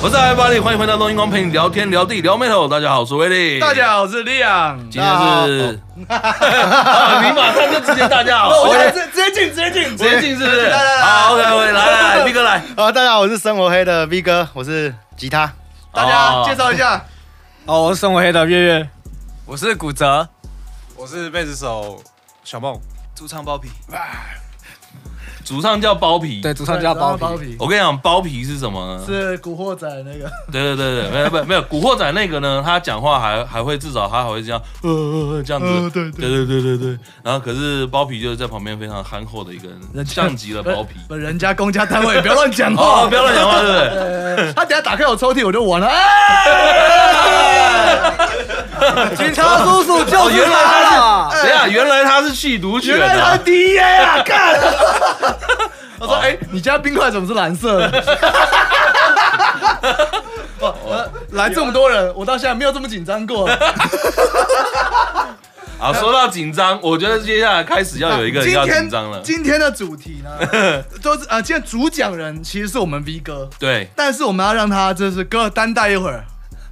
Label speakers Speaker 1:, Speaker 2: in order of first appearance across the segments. Speaker 1: 我是艾巴利，欢迎回到东英光陪你聊天聊地聊 metal。大家好，我是威利。
Speaker 2: 大家好，我是利昂。
Speaker 1: 今天是， 啊你马上就直接大家好，
Speaker 2: 我
Speaker 1: OK，
Speaker 2: 来直直接进，直接进，
Speaker 1: 直接进是不是？
Speaker 2: 来来来
Speaker 1: 好，OK，来来来，B 哥来，
Speaker 3: 啊，大家好，我是生活黑的 V 哥，我是吉他。
Speaker 2: 大
Speaker 1: 哦
Speaker 2: 家介绍一下，
Speaker 4: 哦，我是生活黑的月月，
Speaker 2: 我是骨折，
Speaker 4: 我是贝斯手小梦，
Speaker 2: 主唱包皮。
Speaker 1: 主唱叫包皮。
Speaker 4: 对，主唱叫包皮。
Speaker 1: 我跟你讲，包皮是什么呢？
Speaker 5: 是《古惑仔》那个，
Speaker 1: 对对对对，没有没有没有，古惑仔那个呢，他讲话还还会至少他还会这样，呃呃呃这样子，
Speaker 5: 呃对
Speaker 1: 对对对对对。然后可是包皮就是在旁边非常憨厚的一个人，像极了 包皮。
Speaker 5: 不人家公家单位，不要乱讲
Speaker 1: 哦，
Speaker 5: 话
Speaker 1: 不。要乱讲话，对不对？
Speaker 5: 呃 他等下打开我抽屉，我就完了。哎，
Speaker 2: 警察叔叔就
Speaker 1: 哦，原
Speaker 2: 是
Speaker 1: 来
Speaker 2: 他
Speaker 1: 他
Speaker 2: 啦。
Speaker 1: 是，等一下，原来他是吸毒犬
Speaker 5: 原来他
Speaker 1: 啊
Speaker 5: 是！DEA 啊！干，
Speaker 1: 我说，哎，
Speaker 5: 你家冰块怎么是蓝色的？哇呃来这么多人，我到现在没有这么紧张过。
Speaker 1: 好，说到紧张，我觉得接下来开始要有一个人
Speaker 5: 今
Speaker 1: 要紧
Speaker 5: 天
Speaker 1: 张了。
Speaker 5: 啊今天的主题 呢，都是啊，今天主讲人其实是我们 V 哥，
Speaker 1: 对，
Speaker 5: 但是我们要让他就是哥担待一会 儿。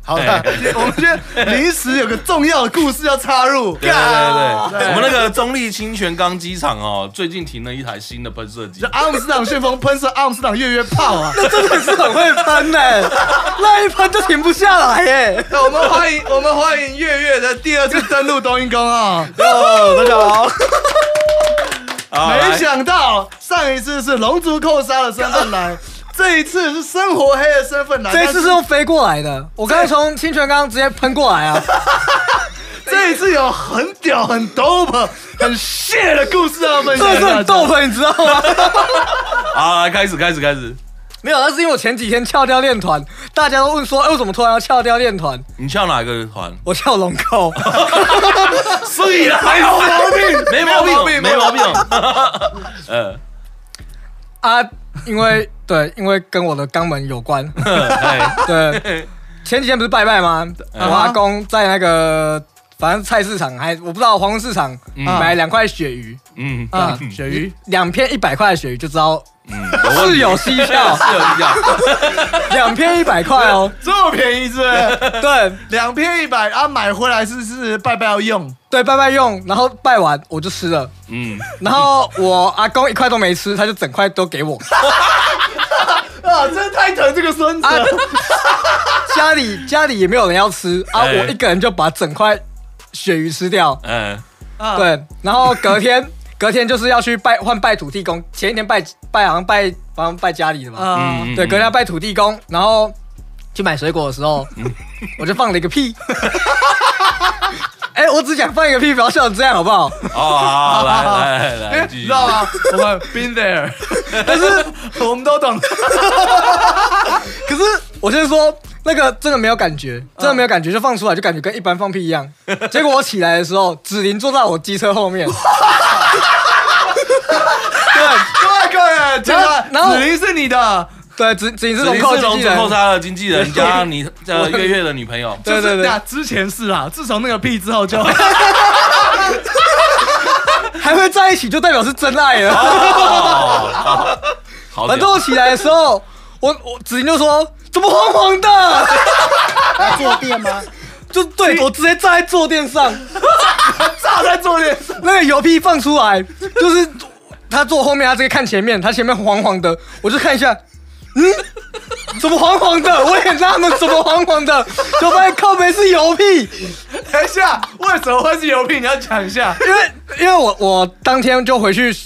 Speaker 3: 好
Speaker 1: 哎
Speaker 3: 的，
Speaker 5: 我们今天临时有个重要的故事要插入。
Speaker 1: 对对对对，
Speaker 5: 对
Speaker 1: 我们那个中立清泉港机场哦，最近停了一台新的喷射机
Speaker 5: 这。阿姆斯朗旋风喷射阿姆斯朗月月炮 啊！
Speaker 4: 真的是很会喷呢、那一喷就停不下来耶、
Speaker 5: 那哎我 们欢迎我们欢迎月月的第二次登陆冬阴功啊！
Speaker 4: 哦，大家 好，
Speaker 1: 好
Speaker 5: 没
Speaker 1: 来
Speaker 5: 想到上一次是龙族扣杀的身 份来，这一次是生活黑的身份来，
Speaker 4: 这一次是用飞过来的，我刚才从清泉岗直接喷过来啊，
Speaker 5: 但是这一次有很屌、很 dope、很 shit 的故事要分享
Speaker 4: 这
Speaker 5: 给大
Speaker 4: 是
Speaker 5: 家。
Speaker 4: 很逗的，你知道吗？
Speaker 1: 好，来开始开始开始，
Speaker 4: 没有，那是因为我前几天翘掉练团，大家都问说，哎、我怎么突然要翘掉练团？
Speaker 1: 你跳哪个团？
Speaker 4: 我翘龙扣，
Speaker 1: 所
Speaker 4: 哎
Speaker 1: 以还有毛病，没毛病，哦没毛病。 呃，
Speaker 4: 啊，因为对，因为跟我的肛门有关。
Speaker 1: 哎
Speaker 4: 对，前几天不是拜拜吗？我
Speaker 1: 嗯
Speaker 4: 阿公在那个反正菜市场还我不知道黄昏市场买两块鳕鱼，
Speaker 1: 嗯
Speaker 5: 啊，鳕鱼
Speaker 4: 两片一百块的鳕鱼就知道
Speaker 1: 嗯，
Speaker 4: 是有 蹊跷，
Speaker 1: 是有一样，
Speaker 4: 两片一百块哦。
Speaker 5: 这么便宜是不是？
Speaker 4: 对
Speaker 5: 两片一百啊，买回来是是拜拜要用。
Speaker 4: 对，拜拜用，然后拜完我就吃了，
Speaker 1: 嗯，
Speaker 4: 然后我阿公一块都没吃，他就整块都给我。
Speaker 5: 啊，真的太疼这个孙子
Speaker 4: 啊
Speaker 5: 了。，
Speaker 4: 家里家里也没有人要吃啊，
Speaker 1: 哎
Speaker 4: 我一个人就把整块鳕鱼吃掉。
Speaker 1: 嗯，
Speaker 5: 啊，
Speaker 4: 对，然后隔天 隔天就是要去拜换拜土地公，前一天拜拜好像拜好像拜家里的嘛，
Speaker 5: 啊，
Speaker 1: 嗯
Speaker 4: 对，隔天要拜土地公，然后去买水果的时候，
Speaker 1: 嗯
Speaker 4: 我就放了一个屁。 哎、我只想放一个屁，不要笑成这样好不好？
Speaker 1: 哦，好， 来来
Speaker 4: 哎
Speaker 1: 来，继
Speaker 5: 你
Speaker 1: 续
Speaker 5: 知。道吗？ 我们 been there，但 是我们都懂。
Speaker 4: 可是我就是说，那个真的没有感觉，
Speaker 5: 啊
Speaker 4: 真的没有感觉，就放出来就感觉跟一般放屁一样。结果我起来的时候，子林坐在我机车 后面，
Speaker 5: 对，各位，这个
Speaker 4: 然后
Speaker 5: 子林是你的，
Speaker 4: 对，子子林是
Speaker 1: 子
Speaker 4: 龙
Speaker 1: 林
Speaker 4: 扣
Speaker 1: 是
Speaker 4: 经
Speaker 1: 龙
Speaker 4: 纪
Speaker 1: 之
Speaker 4: 人
Speaker 1: 后，他的经纪人加你呃月月的女朋友，
Speaker 4: 对
Speaker 5: 就
Speaker 4: 对
Speaker 5: 是
Speaker 4: 对
Speaker 5: 那，之前是啦，自从那个屁之后 就
Speaker 4: 还会在一起就代表是真爱 了。
Speaker 1: 哦，好，
Speaker 4: 反正我起来的时候，我我子宁就说怎么黄黄的，
Speaker 3: 来坐垫吗？
Speaker 4: 就对我直接站在坐垫上，
Speaker 5: 炸在坐垫上。
Speaker 4: 那个油屁放出来，就是他坐后面，他直接看前面，他前面黄黄的，我就看一下，嗯，怎么黄黄的？我也纳闷怎么黄黄的，就发现靠背是油屁，
Speaker 5: 等一下，为什么会是油屁？你要讲一下。
Speaker 4: 因为因为我我当天就回去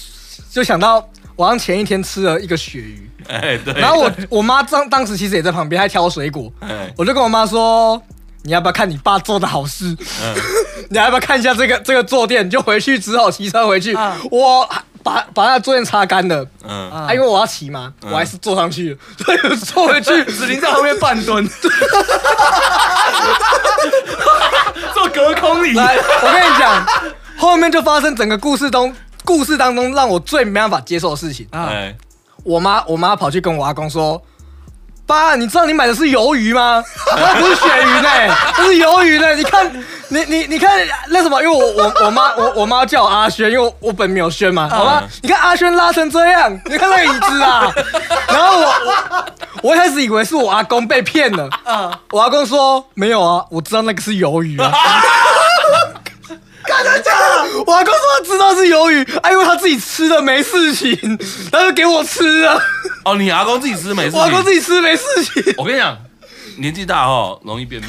Speaker 4: 就想到晚上前一天吃了一个鳕鱼。
Speaker 1: 哎对，
Speaker 4: 然后我我妈当当时其实也在旁边，还挑水果
Speaker 1: 哎。
Speaker 4: 我就跟我妈说：“你要不要看你爸做的好事？
Speaker 1: 嗯
Speaker 4: 你要不要看一下这个这个坐垫？”你就回去只好骑车回去。
Speaker 5: 啊
Speaker 4: 我把把那坐垫擦干了，
Speaker 1: 嗯，
Speaker 4: 啊，因为我要骑嘛，我还是坐上去了， 所以我坐回去。
Speaker 5: 子林在后面半 蹲，做隔空椅。
Speaker 4: 来，我跟你讲，后面就发生整个故事中。故事当中让我最没办法接受的事情，
Speaker 5: 啊，
Speaker 1: 哎，
Speaker 4: 我妈我妈跑去跟我阿公说：“爸爸，你知道你买的是鱿鱼吗？那不是鳕鱼呢、那是鱿鱼呢、你看，你你你看那什么？因为我我我妈我我妈叫我阿轩，因为我我本名有轩嘛，好吗？你看阿轩拉成这样，你看那个椅子啊。然后我我我一开始以为是我阿公被骗了，我阿公说没有啊，我知道那个是鱿鱼啊。我阿公说知道是鱿鱼，啊，因为他自己吃的没事情，他就给我吃了。
Speaker 1: 哦，你阿公自己吃没事
Speaker 4: 我阿公自
Speaker 1: 己，
Speaker 4: 己吃没事情，
Speaker 1: 我跟你讲，年纪大哦，容易便秘。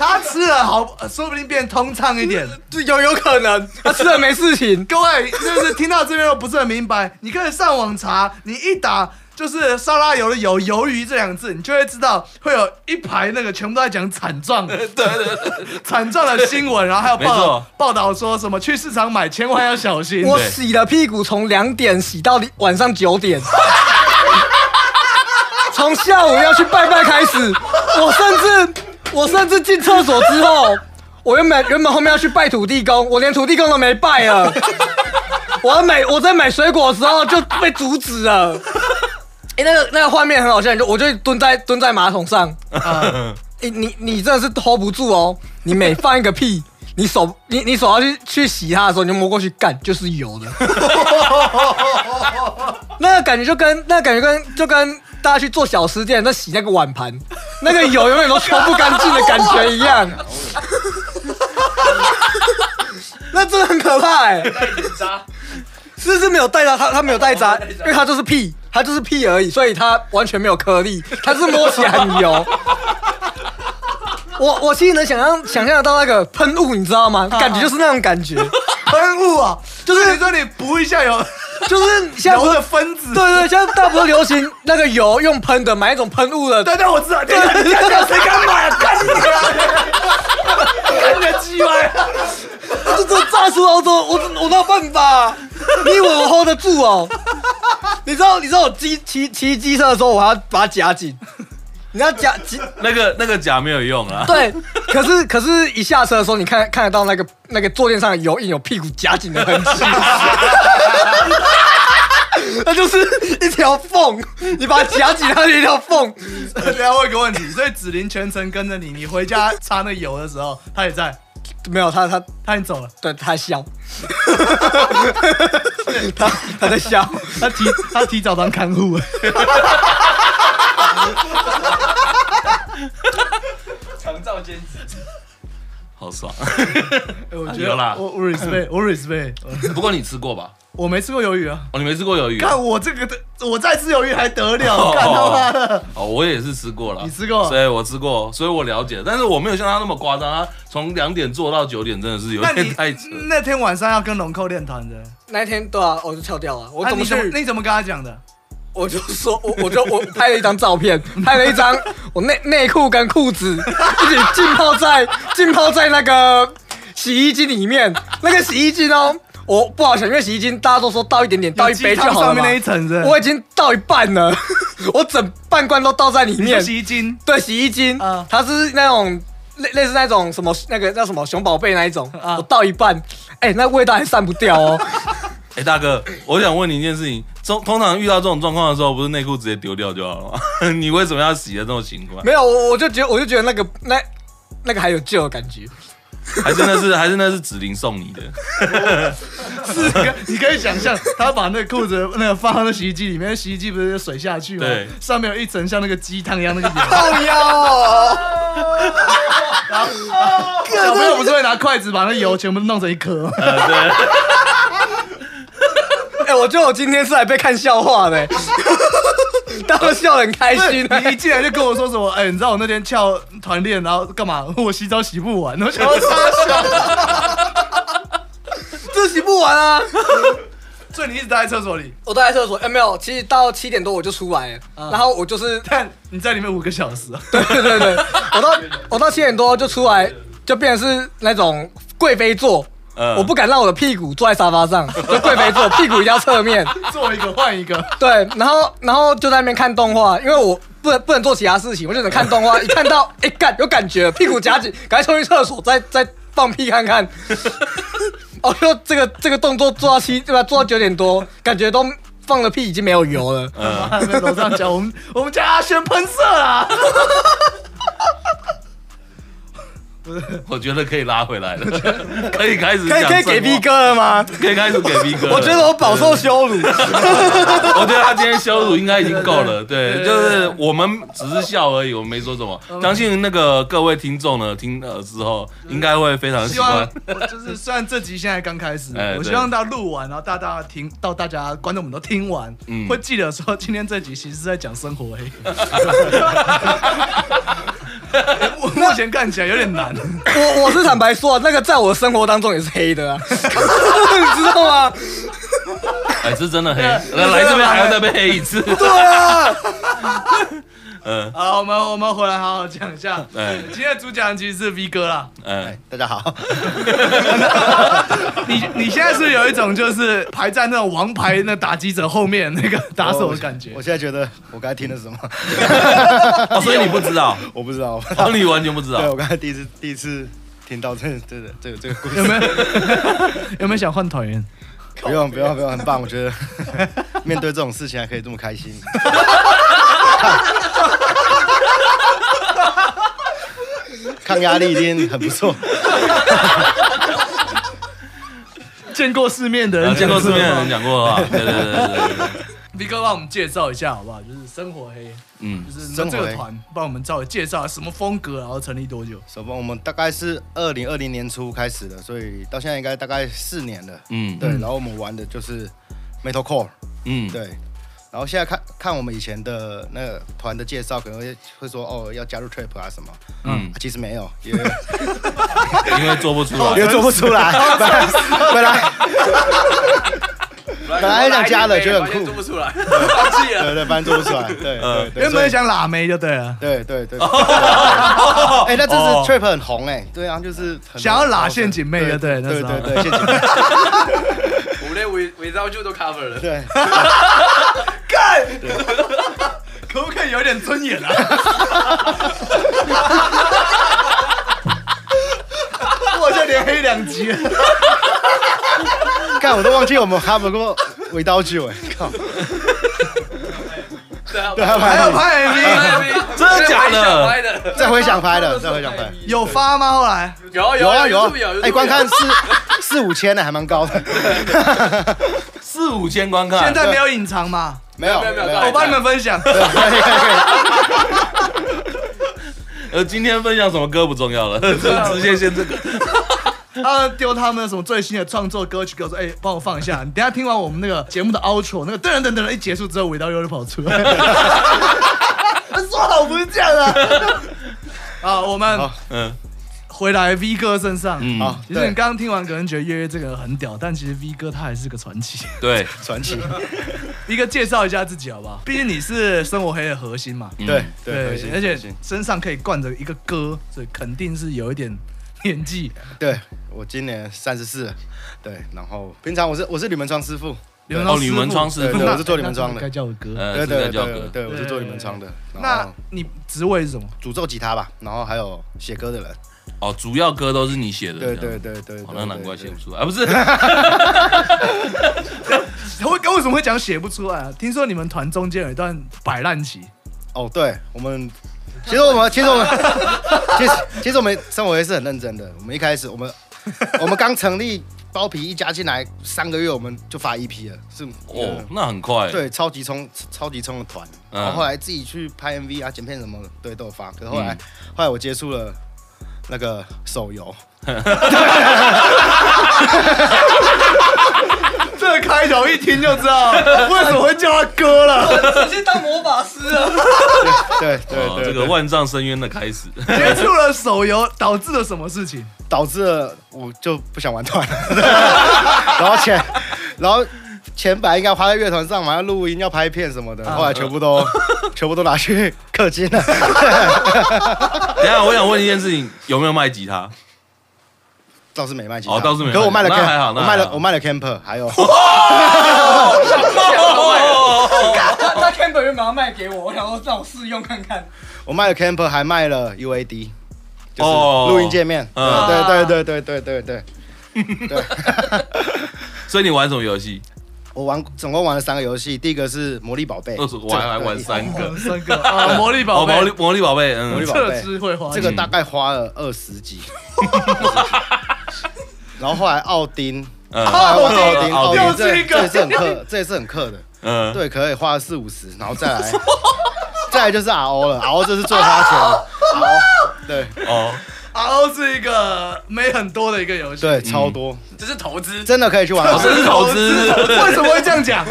Speaker 5: 他吃了好，说不定变通畅一点。
Speaker 4: 就有有可能他吃了没事情。
Speaker 5: 各位就是听到这边都不是很明白，你可以上网查，你一打就是沙拉油的油鱿鱼这两个字，你就会知道会有一排那个全部都在讲惨状，对对对，惨状的新闻，然后还有报
Speaker 1: 没错
Speaker 5: 道报道说什么去市场买千万要小心。
Speaker 4: 我洗了屁股，从两点洗到晚上九点， 从下午要去拜拜开始，我甚至我甚至进厕所之后，我原本原本后面要去拜土地公，我连土地公都没拜了。我要买我在买水果的时候就被阻止了。哎、那个那个画面很好笑，就我就蹲在蹲在马桶上，你哎你你真的是 hold 不住哦！你每放一个屁， 你手你你手要去去洗它的时候，你就摸过去干，就是油的。 那个感觉就跟那个感觉跟就跟大家去做小吃店在洗那个碗盘，那个油永远都冲不干净的感觉一样。 那真的很可怕哎、是不是没有带到它？它没有 带渣，因为它就是屁，它就是屁而已，所以它完全没有颗粒，它是摸起来很油。我我其实能想象想象得到那个喷雾，你知道吗？感觉就是那种感 觉，
Speaker 5: 喷雾啊，就
Speaker 4: 就是
Speaker 5: 是你说你补一下有
Speaker 4: 就是现在不
Speaker 5: 油
Speaker 4: 是
Speaker 5: 的分子，
Speaker 4: 对对，现在大部分流行那个油用喷的，买一种喷雾的，
Speaker 5: 对对，我知道，对对对，谁敢买啊？干你啊！干你的鸡歪！
Speaker 4: 这这炸出欧洲，我我哪有办法？你以为我 hold 得住哦？ 你知道你知道我机骑骑机车的时候，我还要把它夹紧，你要夹紧。
Speaker 1: 那个那个假没有用啊，
Speaker 4: 对， 可是可是，一下车的时候，你看看得到那个那个坐垫上有印有屁股夹紧的痕迹， 那就是一条缝，你把它夹紧，它是一条缝。
Speaker 5: 聊我一个问题，所以子林全程跟着你，你回家擦那油的时候，他也在，
Speaker 4: 没有，他他
Speaker 5: 他已经走了，
Speaker 4: 对他 笑，他他在笑，
Speaker 5: 他提他提早当看护了。
Speaker 1: 好爽。
Speaker 5: 哎我
Speaker 1: 有啦
Speaker 5: 我我 respect，我 respect，
Speaker 1: 不过你吃过吧？
Speaker 5: 我没吃过鱿鱼啊。
Speaker 1: 哦，你没吃过鱿鱼啊？
Speaker 5: 看我这个的，我再吃鱿鱼还得了？
Speaker 1: 哦
Speaker 5: 看 他妈的！
Speaker 1: 哦，我也是吃过了，
Speaker 5: 你吃过
Speaker 1: 所以我吃过，所以我了解，但是我没有像他那么夸张，他从两点做到九点，真的是有
Speaker 5: 那
Speaker 1: 点
Speaker 5: 你
Speaker 1: 太扯。
Speaker 5: 那天晚上要跟龙扣练团的，
Speaker 4: 那一天对啊，我就跳掉了，我
Speaker 5: 啊
Speaker 4: 怎么
Speaker 5: 你怎么
Speaker 4: 去？
Speaker 5: 你怎么跟他讲的？
Speaker 4: 我就说，我我就我拍了一张 照片，拍了一张我内内裤跟裤子一起浸泡在 浸泡在那个洗衣机里面，那个洗衣机呢，我不好想，因为洗衣机大家都说倒一点点，倒一杯就
Speaker 5: 有鸡汤
Speaker 4: 好了
Speaker 5: 上
Speaker 4: 嘛
Speaker 5: 面那一层是不是
Speaker 4: 我已经倒一半了， 我整半罐都倒在里
Speaker 5: 你说
Speaker 4: 面。
Speaker 5: 洗衣精，
Speaker 4: 对，洗衣精，
Speaker 5: 啊
Speaker 4: 它是那种类类似那种什么那个叫什么熊宝贝那一种，
Speaker 5: 啊
Speaker 4: 我倒一半，哎、那味道还散不掉哦。
Speaker 1: 哎、大哥，我想问你一件事情，通通常遇到这种状况的时候，不是内裤直接丢掉就好了吗？你为什么要洗的这种情况？
Speaker 4: 没有，我我就觉得我就觉得那个那那个还有救的感觉。
Speaker 1: 还是那是还是那是指令送你的？
Speaker 5: 是可 你可以想象，他把那个裤子那个放到那洗衣机里面，洗衣机不是有水下去吗？
Speaker 1: 对
Speaker 5: 上面有一层像那个鸡汤一样那个油。
Speaker 4: 靠腰哦，
Speaker 5: 小朋友不是会拿筷子把那油 全部弄成一颗吗？
Speaker 4: 哎、我觉得我今天是来被看笑话 的、大家都笑得很开心、啊
Speaker 5: 你一进来就跟我说什么？哎、你知道我那天翘团练，然后干嘛？我洗澡洗不完，我想要擦小。
Speaker 4: 这洗不完啊！
Speaker 5: 所以你一直待在厕所里，
Speaker 4: 我待在厕所，哎、没有，其实到七点多我就出来了，然后我就是
Speaker 5: 但你在里面五个小时啊。
Speaker 4: 对对对，我到我到七点多就出来，就变成是那种贵妃座。
Speaker 1: 嗯
Speaker 4: 我不敢让我的屁股坐在沙发上，就贵妃座，屁股一定要侧面。
Speaker 5: 做一个换一个，
Speaker 4: 对，然后然后就在那边看动画，因为我不能不能做其他事情，我就只能看动画。一看到，哎、干有感觉了，屁股夹紧，赶快冲去厕所，再再放屁看看。哦，就这个这个动作做到七对吧？做到九点多，感觉都放了屁已经没有油了。
Speaker 1: 嗯，
Speaker 5: 还在楼上讲，我们我们家阿轩喷射啦！
Speaker 1: 我觉得可以拉回来了，可以开始
Speaker 4: 可以
Speaker 1: 讲
Speaker 4: 可
Speaker 1: 正话
Speaker 4: 以给 B 哥了吗？
Speaker 1: 可以开始给 B 哥 了。
Speaker 4: 我觉得我饱受羞辱。
Speaker 1: 我觉得他今天羞辱应该已经够了，对，就是我们只是笑而已，我们没说什么。相信那个各位听众呢，听了之后应该会非常喜
Speaker 5: 希望
Speaker 1: 欢。
Speaker 5: 我就是虽然这集现在刚开始
Speaker 1: 哎，
Speaker 5: 我
Speaker 1: 对
Speaker 5: 希望到录完，然后大家听到大家观众们都听完，
Speaker 1: 嗯
Speaker 5: 会记得说今天这集其实是在讲生活黑。 我 目前看起来有点难，
Speaker 4: 我我是坦白说、啊，那个在我的生活当中也是黑的啊，你知道吗？
Speaker 1: 哎，是真的黑，来来这边还要再被黑一次。
Speaker 4: 对啊，
Speaker 1: 嗯，
Speaker 5: 好，我们我们回来好好讲一下。
Speaker 1: 哎
Speaker 5: 今天的主讲人其实是 V 哥啦，
Speaker 1: 哎，
Speaker 3: 大家好，
Speaker 5: 你你现在是不是有一种就是排在那种王牌那打击者后面那个打手的感觉
Speaker 3: 我。现在觉得 我刚才听了什么，
Speaker 1: 哦，所以你不知道，
Speaker 3: 我不知道。
Speaker 1: 哦，你完全不知
Speaker 3: 对，
Speaker 1: 道
Speaker 3: 我。刚才第一次第一次听到这这个这个这个故事，
Speaker 5: 有没有有 没有想换团员？
Speaker 3: 不用不用不用，很棒，我觉得面对这种事情还可以这么开心。抗压力已经很不错，
Speaker 5: 见过世面的
Speaker 1: 呃
Speaker 5: 人，
Speaker 1: 见过世面的人讲过的话，对对对对对，
Speaker 5: ，V 哥帮我们介绍一下好不好？就是生活黑，
Speaker 1: 嗯，
Speaker 5: 就是你
Speaker 3: 生
Speaker 5: 们
Speaker 3: 活
Speaker 5: 这
Speaker 3: 黑
Speaker 5: 个团帮我们稍微介绍什么风格，然后成立多久？
Speaker 3: 手帮我们大概是二零二零年初开始的，所以到现在应该大概四年了。
Speaker 1: 嗯
Speaker 3: 对，然后我们玩的就是 metalcore，
Speaker 1: 嗯，
Speaker 3: 对。然后现在看看我们以前的那个团的介绍，可能会会说哦要加入 trap 啊什么，
Speaker 1: 嗯
Speaker 3: 嗯，其实没有，也
Speaker 1: 因为做不出来
Speaker 3: 也。做不出来，
Speaker 5: 哦
Speaker 3: 本来本来
Speaker 2: 本
Speaker 3: 来想加的觉得很酷
Speaker 2: 不出来，放弃了。嗯
Speaker 3: 对对，反正做不 出来，对对对，
Speaker 5: 原
Speaker 3: 所以
Speaker 5: 本想拉妹就对了，
Speaker 3: 对对对。哎，那这次 trap 很红哎，对啊，就是很
Speaker 5: 哦想要拉陷阱妹就对了，那
Speaker 3: 对
Speaker 5: 时候
Speaker 3: 对对，陷阱妹，
Speaker 2: 我们连围围绕就都 cover 了。
Speaker 3: 对，
Speaker 5: 可不可以有点尊严啊？ 我就连黑两集了，
Speaker 3: 看我都忘记我们 cover 过围刀剧哎，靠，
Speaker 2: 对啊，
Speaker 3: 对，还
Speaker 5: 还有
Speaker 3: 拍，
Speaker 5: 拍 MV，
Speaker 1: 真的假的
Speaker 2: 拍的
Speaker 3: 再回想拍的，再回想拍，
Speaker 5: 有发吗？后来
Speaker 2: 有
Speaker 3: 有啊有啊
Speaker 2: YouTube 有，
Speaker 3: 哎，观看四四五千呢，还蛮高的，
Speaker 1: 四五千观看，
Speaker 5: 现在没有隐藏嘛？
Speaker 3: 没有
Speaker 2: 没
Speaker 3: 没
Speaker 2: 有
Speaker 3: 有
Speaker 2: 没
Speaker 3: 没
Speaker 2: 有对
Speaker 5: 我
Speaker 3: 有，
Speaker 5: 帮你 们分享。
Speaker 1: 呃，今天分享什么歌不重要了，直接先这个。
Speaker 5: 他丢他们什么最新的创作歌曲给我说，哎、帮我放一下。你等一下听完我们那个节目的 outro，那个噔噔噔噔一结束之后，尾刀又就跑出来。他说好不是这样 啊！啊，我们
Speaker 3: 好
Speaker 1: 嗯
Speaker 5: 回来 V 哥身上。
Speaker 1: 嗯，
Speaker 3: 好，
Speaker 5: 其实你
Speaker 3: 对，
Speaker 5: 刚刚听完，可能觉得月月这个人很屌，但其实 V 哥他还是个传奇。
Speaker 1: 对，
Speaker 3: 传奇，
Speaker 5: V 哥介绍一下自己好不好？毕竟你是生活黑的核心嘛。
Speaker 1: 嗯
Speaker 3: 对对，核
Speaker 5: 对
Speaker 3: 心，
Speaker 5: 而
Speaker 3: 核
Speaker 5: 且
Speaker 3: 心
Speaker 5: 身上可以灌着一个歌，所以肯定是有一点年纪。
Speaker 3: 对我今年三十四，对，然后平常我是我是铝门窗师傅，
Speaker 5: 你们当
Speaker 1: 哦铝门窗
Speaker 5: 师
Speaker 1: 师
Speaker 3: 对
Speaker 1: 傅
Speaker 3: 对，
Speaker 5: 那
Speaker 3: 我是做铝门窗
Speaker 5: 那
Speaker 3: 的
Speaker 5: 该，叫我哥。哦
Speaker 1: 呃，
Speaker 3: 对
Speaker 1: 是在
Speaker 3: 对
Speaker 1: 教
Speaker 3: 对
Speaker 1: 歌，
Speaker 3: 对，我是做铝门窗的，然
Speaker 5: 那
Speaker 3: 后
Speaker 5: 你职位是 什么？
Speaker 3: 诅咒吉他吧，然后还有写歌的人，
Speaker 1: 哦，主要歌都是你写的，
Speaker 3: 对
Speaker 1: 这样
Speaker 3: 对对对，
Speaker 1: 哦
Speaker 3: 对
Speaker 1: 那难怪写
Speaker 3: 对
Speaker 1: 不出来，啊不是，
Speaker 5: 为为什么会讲写不出来啊？听说你们团中间有一段摆烂期，
Speaker 3: 哦，对我们。其实我们，其实我们，其实其实我们生活也是很认真的。我们一开始，我们我们刚成立包皮一加进来三个月，我们就发一批了，是
Speaker 1: 哦，那很快，
Speaker 3: 对，超级冲，超级冲的团。
Speaker 1: 嗯
Speaker 3: 然后后来自己去拍 MV 啊、剪片什么的，对，都有发。可是后来，
Speaker 1: 嗯
Speaker 3: 后来我接触了那个 手游，
Speaker 5: 这个开头一听就知道为什么会叫他哥了。
Speaker 4: 直接当魔法师啊了。
Speaker 3: 对对
Speaker 1: 哦，
Speaker 3: 对，
Speaker 1: 这个
Speaker 3: 对
Speaker 1: 万丈深渊的开始，
Speaker 5: 接触了手游，导致了什么事情？
Speaker 3: 导致了我就不想玩团了。 对然后钱，然后钱本来应该花在乐团上嘛，要录音、要拍片什么的，
Speaker 1: 啊
Speaker 3: 后来全部
Speaker 1: 呃
Speaker 3: 都 全部都拿去氪金了。
Speaker 1: 哦 等一下我想问一件事情，有没有卖吉 他？
Speaker 3: 倒是没卖吉他，
Speaker 1: 哦倒是没卖
Speaker 3: 可我卖了
Speaker 1: 那
Speaker 3: camp，
Speaker 1: 还好那
Speaker 3: 我卖
Speaker 1: 还
Speaker 3: 了
Speaker 1: 好
Speaker 3: 我卖了 camper，还有
Speaker 1: 哦
Speaker 4: 他他原本就马上卖给我，我想说让我试用看看。
Speaker 3: 我卖了 camper，还卖了 UAD，就是
Speaker 1: 哦
Speaker 3: 录音界面。
Speaker 1: 嗯
Speaker 3: 对对对对对对对对。
Speaker 1: 所以你玩什么游戏？
Speaker 3: 我玩总共玩了三个游戏，第一个是《魔力宝贝》
Speaker 1: 二十，我还还玩
Speaker 3: 这个
Speaker 1: 三 个，
Speaker 5: 三 个啊，魔力宝
Speaker 1: 哦，
Speaker 5: 贝
Speaker 1: 魔，力魔力宝贝，
Speaker 3: 魔
Speaker 1: 嗯
Speaker 3: 力，宝
Speaker 5: 这
Speaker 3: 贝
Speaker 5: 智慧花
Speaker 3: 这个大概花了二十 集，然后后来奥丁，
Speaker 1: 嗯
Speaker 3: 奥丁，奥
Speaker 1: 奥
Speaker 3: 丁，
Speaker 1: 丁，
Speaker 3: 这这也是很氪，这也是很氪的，
Speaker 1: 嗯，
Speaker 3: 对，可以花了四五十，然后再来，再来就是 RO 了，RO 这是最花钱的，RO，对
Speaker 1: 哦，
Speaker 5: RO 是一个没很多的一个游戏，
Speaker 3: 对，超多，
Speaker 2: 这是投资，
Speaker 3: 真的可以去玩
Speaker 1: 哦，这是投资，
Speaker 5: 为什么会这样讲？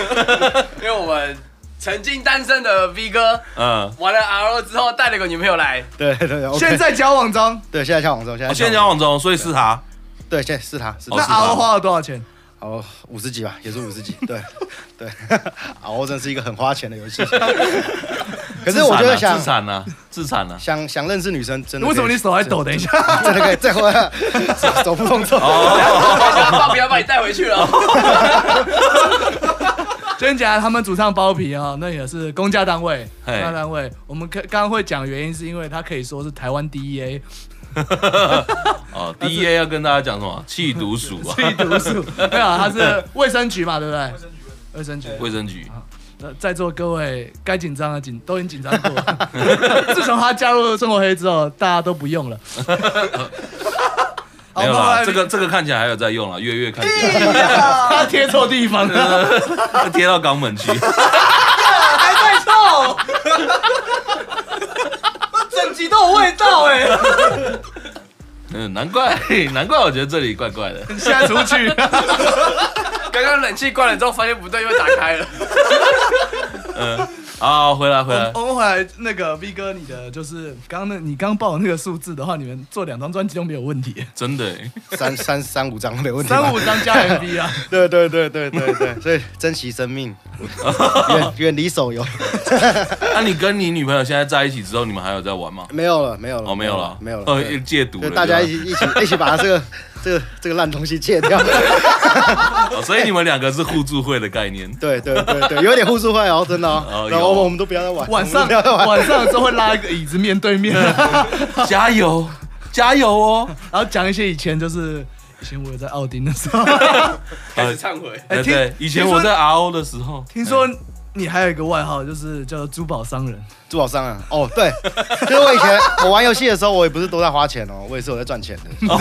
Speaker 2: 因为我们曾经单身的 V 哥
Speaker 1: 嗯，
Speaker 2: 玩了 RO 之后带了个女朋 友来，
Speaker 3: 对对对，
Speaker 5: 现在交往中，
Speaker 3: 对现在像网中，现在
Speaker 1: 哦现在交往中，所以是他，
Speaker 3: 对，现在是他是
Speaker 1: 哦
Speaker 5: 那
Speaker 1: 是他
Speaker 5: RO 花了多少钱？
Speaker 1: 嗯
Speaker 3: 哦，五十几吧，也是五十几，对对，啊，我 真是一个很花钱的游戏。可是我觉得想
Speaker 1: 自产了，自产啊了，
Speaker 3: 想想认识女生，真的
Speaker 5: 为什么你手还抖？等一下，
Speaker 3: 真的可以再回来，手手部动作。
Speaker 2: 爸不要把你带回去 了。
Speaker 5: 真假他们主唱包皮啊、那也是公家单位，
Speaker 1: 嘿
Speaker 5: 公家单位。我们可刚刚会讲原因，是因为他可以说是台湾 DEA
Speaker 1: 哦，D E A 要跟大家讲什么？气毒鼠 啊，
Speaker 5: 去毒素， 没有啊，他是卫生局嘛，对不对？卫生局，
Speaker 1: 卫生 局，
Speaker 5: 呃在座各位该紧张的啊紧都已经紧张过 了。自从他加入生活黑之后，大家都不用了。好
Speaker 3: 哦
Speaker 1: 没有
Speaker 5: 我们回
Speaker 1: 啦，
Speaker 5: 来
Speaker 1: 这个这个看起来还有在用了，月月看起来
Speaker 5: 他贴错地方了，
Speaker 1: 呃贴到肛 门去，
Speaker 4: 还在臭，整集都有味道哎、
Speaker 1: 嗯，难怪难怪我觉得这里怪怪的，
Speaker 5: 现在出去。
Speaker 2: 刚刚冷气关了之后，发现不对，又打开了。
Speaker 1: 嗯，好，回来回来
Speaker 5: 我，我们回来那个 V 哥，你的就是刚刚那，你刚报的那个数字的话，你们做两张专辑都没有问题，
Speaker 1: 真的欸，
Speaker 3: 三三三五张没问题吧。
Speaker 5: 三五张加 MV 啊，
Speaker 3: 对对对对对 对，所以珍惜生 命，远远离手游。
Speaker 1: 那你跟你女朋友现在在一起之后，你们还有在玩吗？
Speaker 3: 没有了，没有了，
Speaker 1: 哦，没有了，
Speaker 3: 没有了。
Speaker 1: 呃，
Speaker 3: 对
Speaker 1: 戒毒了，
Speaker 3: 对，大家一
Speaker 1: 起，
Speaker 3: 起一起一起把这个这个这个烂东西戒掉。
Speaker 1: 哦所以你们两个是互助会的概念。
Speaker 3: 对对对对，有点互助会哦，真的哦
Speaker 1: 哦。
Speaker 3: 然
Speaker 1: 有
Speaker 3: 后我们我们都不要再玩，
Speaker 5: 晚
Speaker 3: 我
Speaker 5: 上
Speaker 3: 们都不要再玩。
Speaker 5: 晚上的时候会拉一个椅子面对面，
Speaker 1: 加油，加油哦！
Speaker 5: 然后讲一些以前就是以前我有在奥丁的 时候，
Speaker 2: 开始忏悔，
Speaker 5: 哎
Speaker 1: 哎，
Speaker 5: 听
Speaker 1: 对，以前
Speaker 5: 听说
Speaker 1: 我在 RO 的时候，
Speaker 5: 听说你还有一个外号就是叫做珠宝商人，
Speaker 3: 珠宝商啊，哦，对， 就是我以前我玩游戏的时候，我也不是都在花钱哦，我也是有在 赚钱的，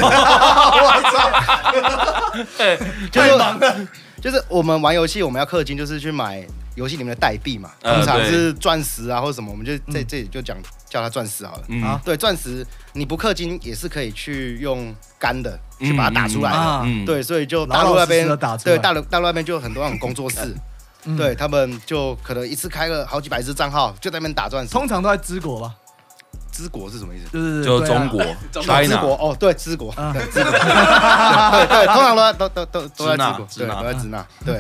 Speaker 1: 哎，
Speaker 3: 就是就是我们玩游戏，我们要氪金，就是去买游戏里面的代币嘛，
Speaker 1: 呃
Speaker 3: 通常
Speaker 1: 对
Speaker 3: 是钻石啊或者什么，我们就在这里就讲叫它钻石好了。
Speaker 1: 嗯
Speaker 5: 好
Speaker 3: 对，钻石你不氪金也是可以去用干的去把它打出来
Speaker 5: 嗯嗯嗯
Speaker 3: 的。
Speaker 5: 啊
Speaker 1: 嗯，
Speaker 3: 对，所以就大陆那边
Speaker 5: 老老实实地打出来
Speaker 3: 对大陆大陆那边就有很多那种工作室，
Speaker 5: 嗯
Speaker 3: 对，他们就可能一次开了好几百只账号，就在那边打钻石。
Speaker 5: 通常都在淄国吧，
Speaker 3: 之国是什么意思？
Speaker 5: 就是
Speaker 1: 就
Speaker 5: 对啊
Speaker 1: 中国
Speaker 2: 中国
Speaker 3: 之
Speaker 1: China，
Speaker 3: 国哦，对，之国，
Speaker 5: 啊
Speaker 3: 对，之国，对对，通常都在都都都都在之国，
Speaker 1: 支
Speaker 3: 对，
Speaker 1: 那
Speaker 3: 都在支那，对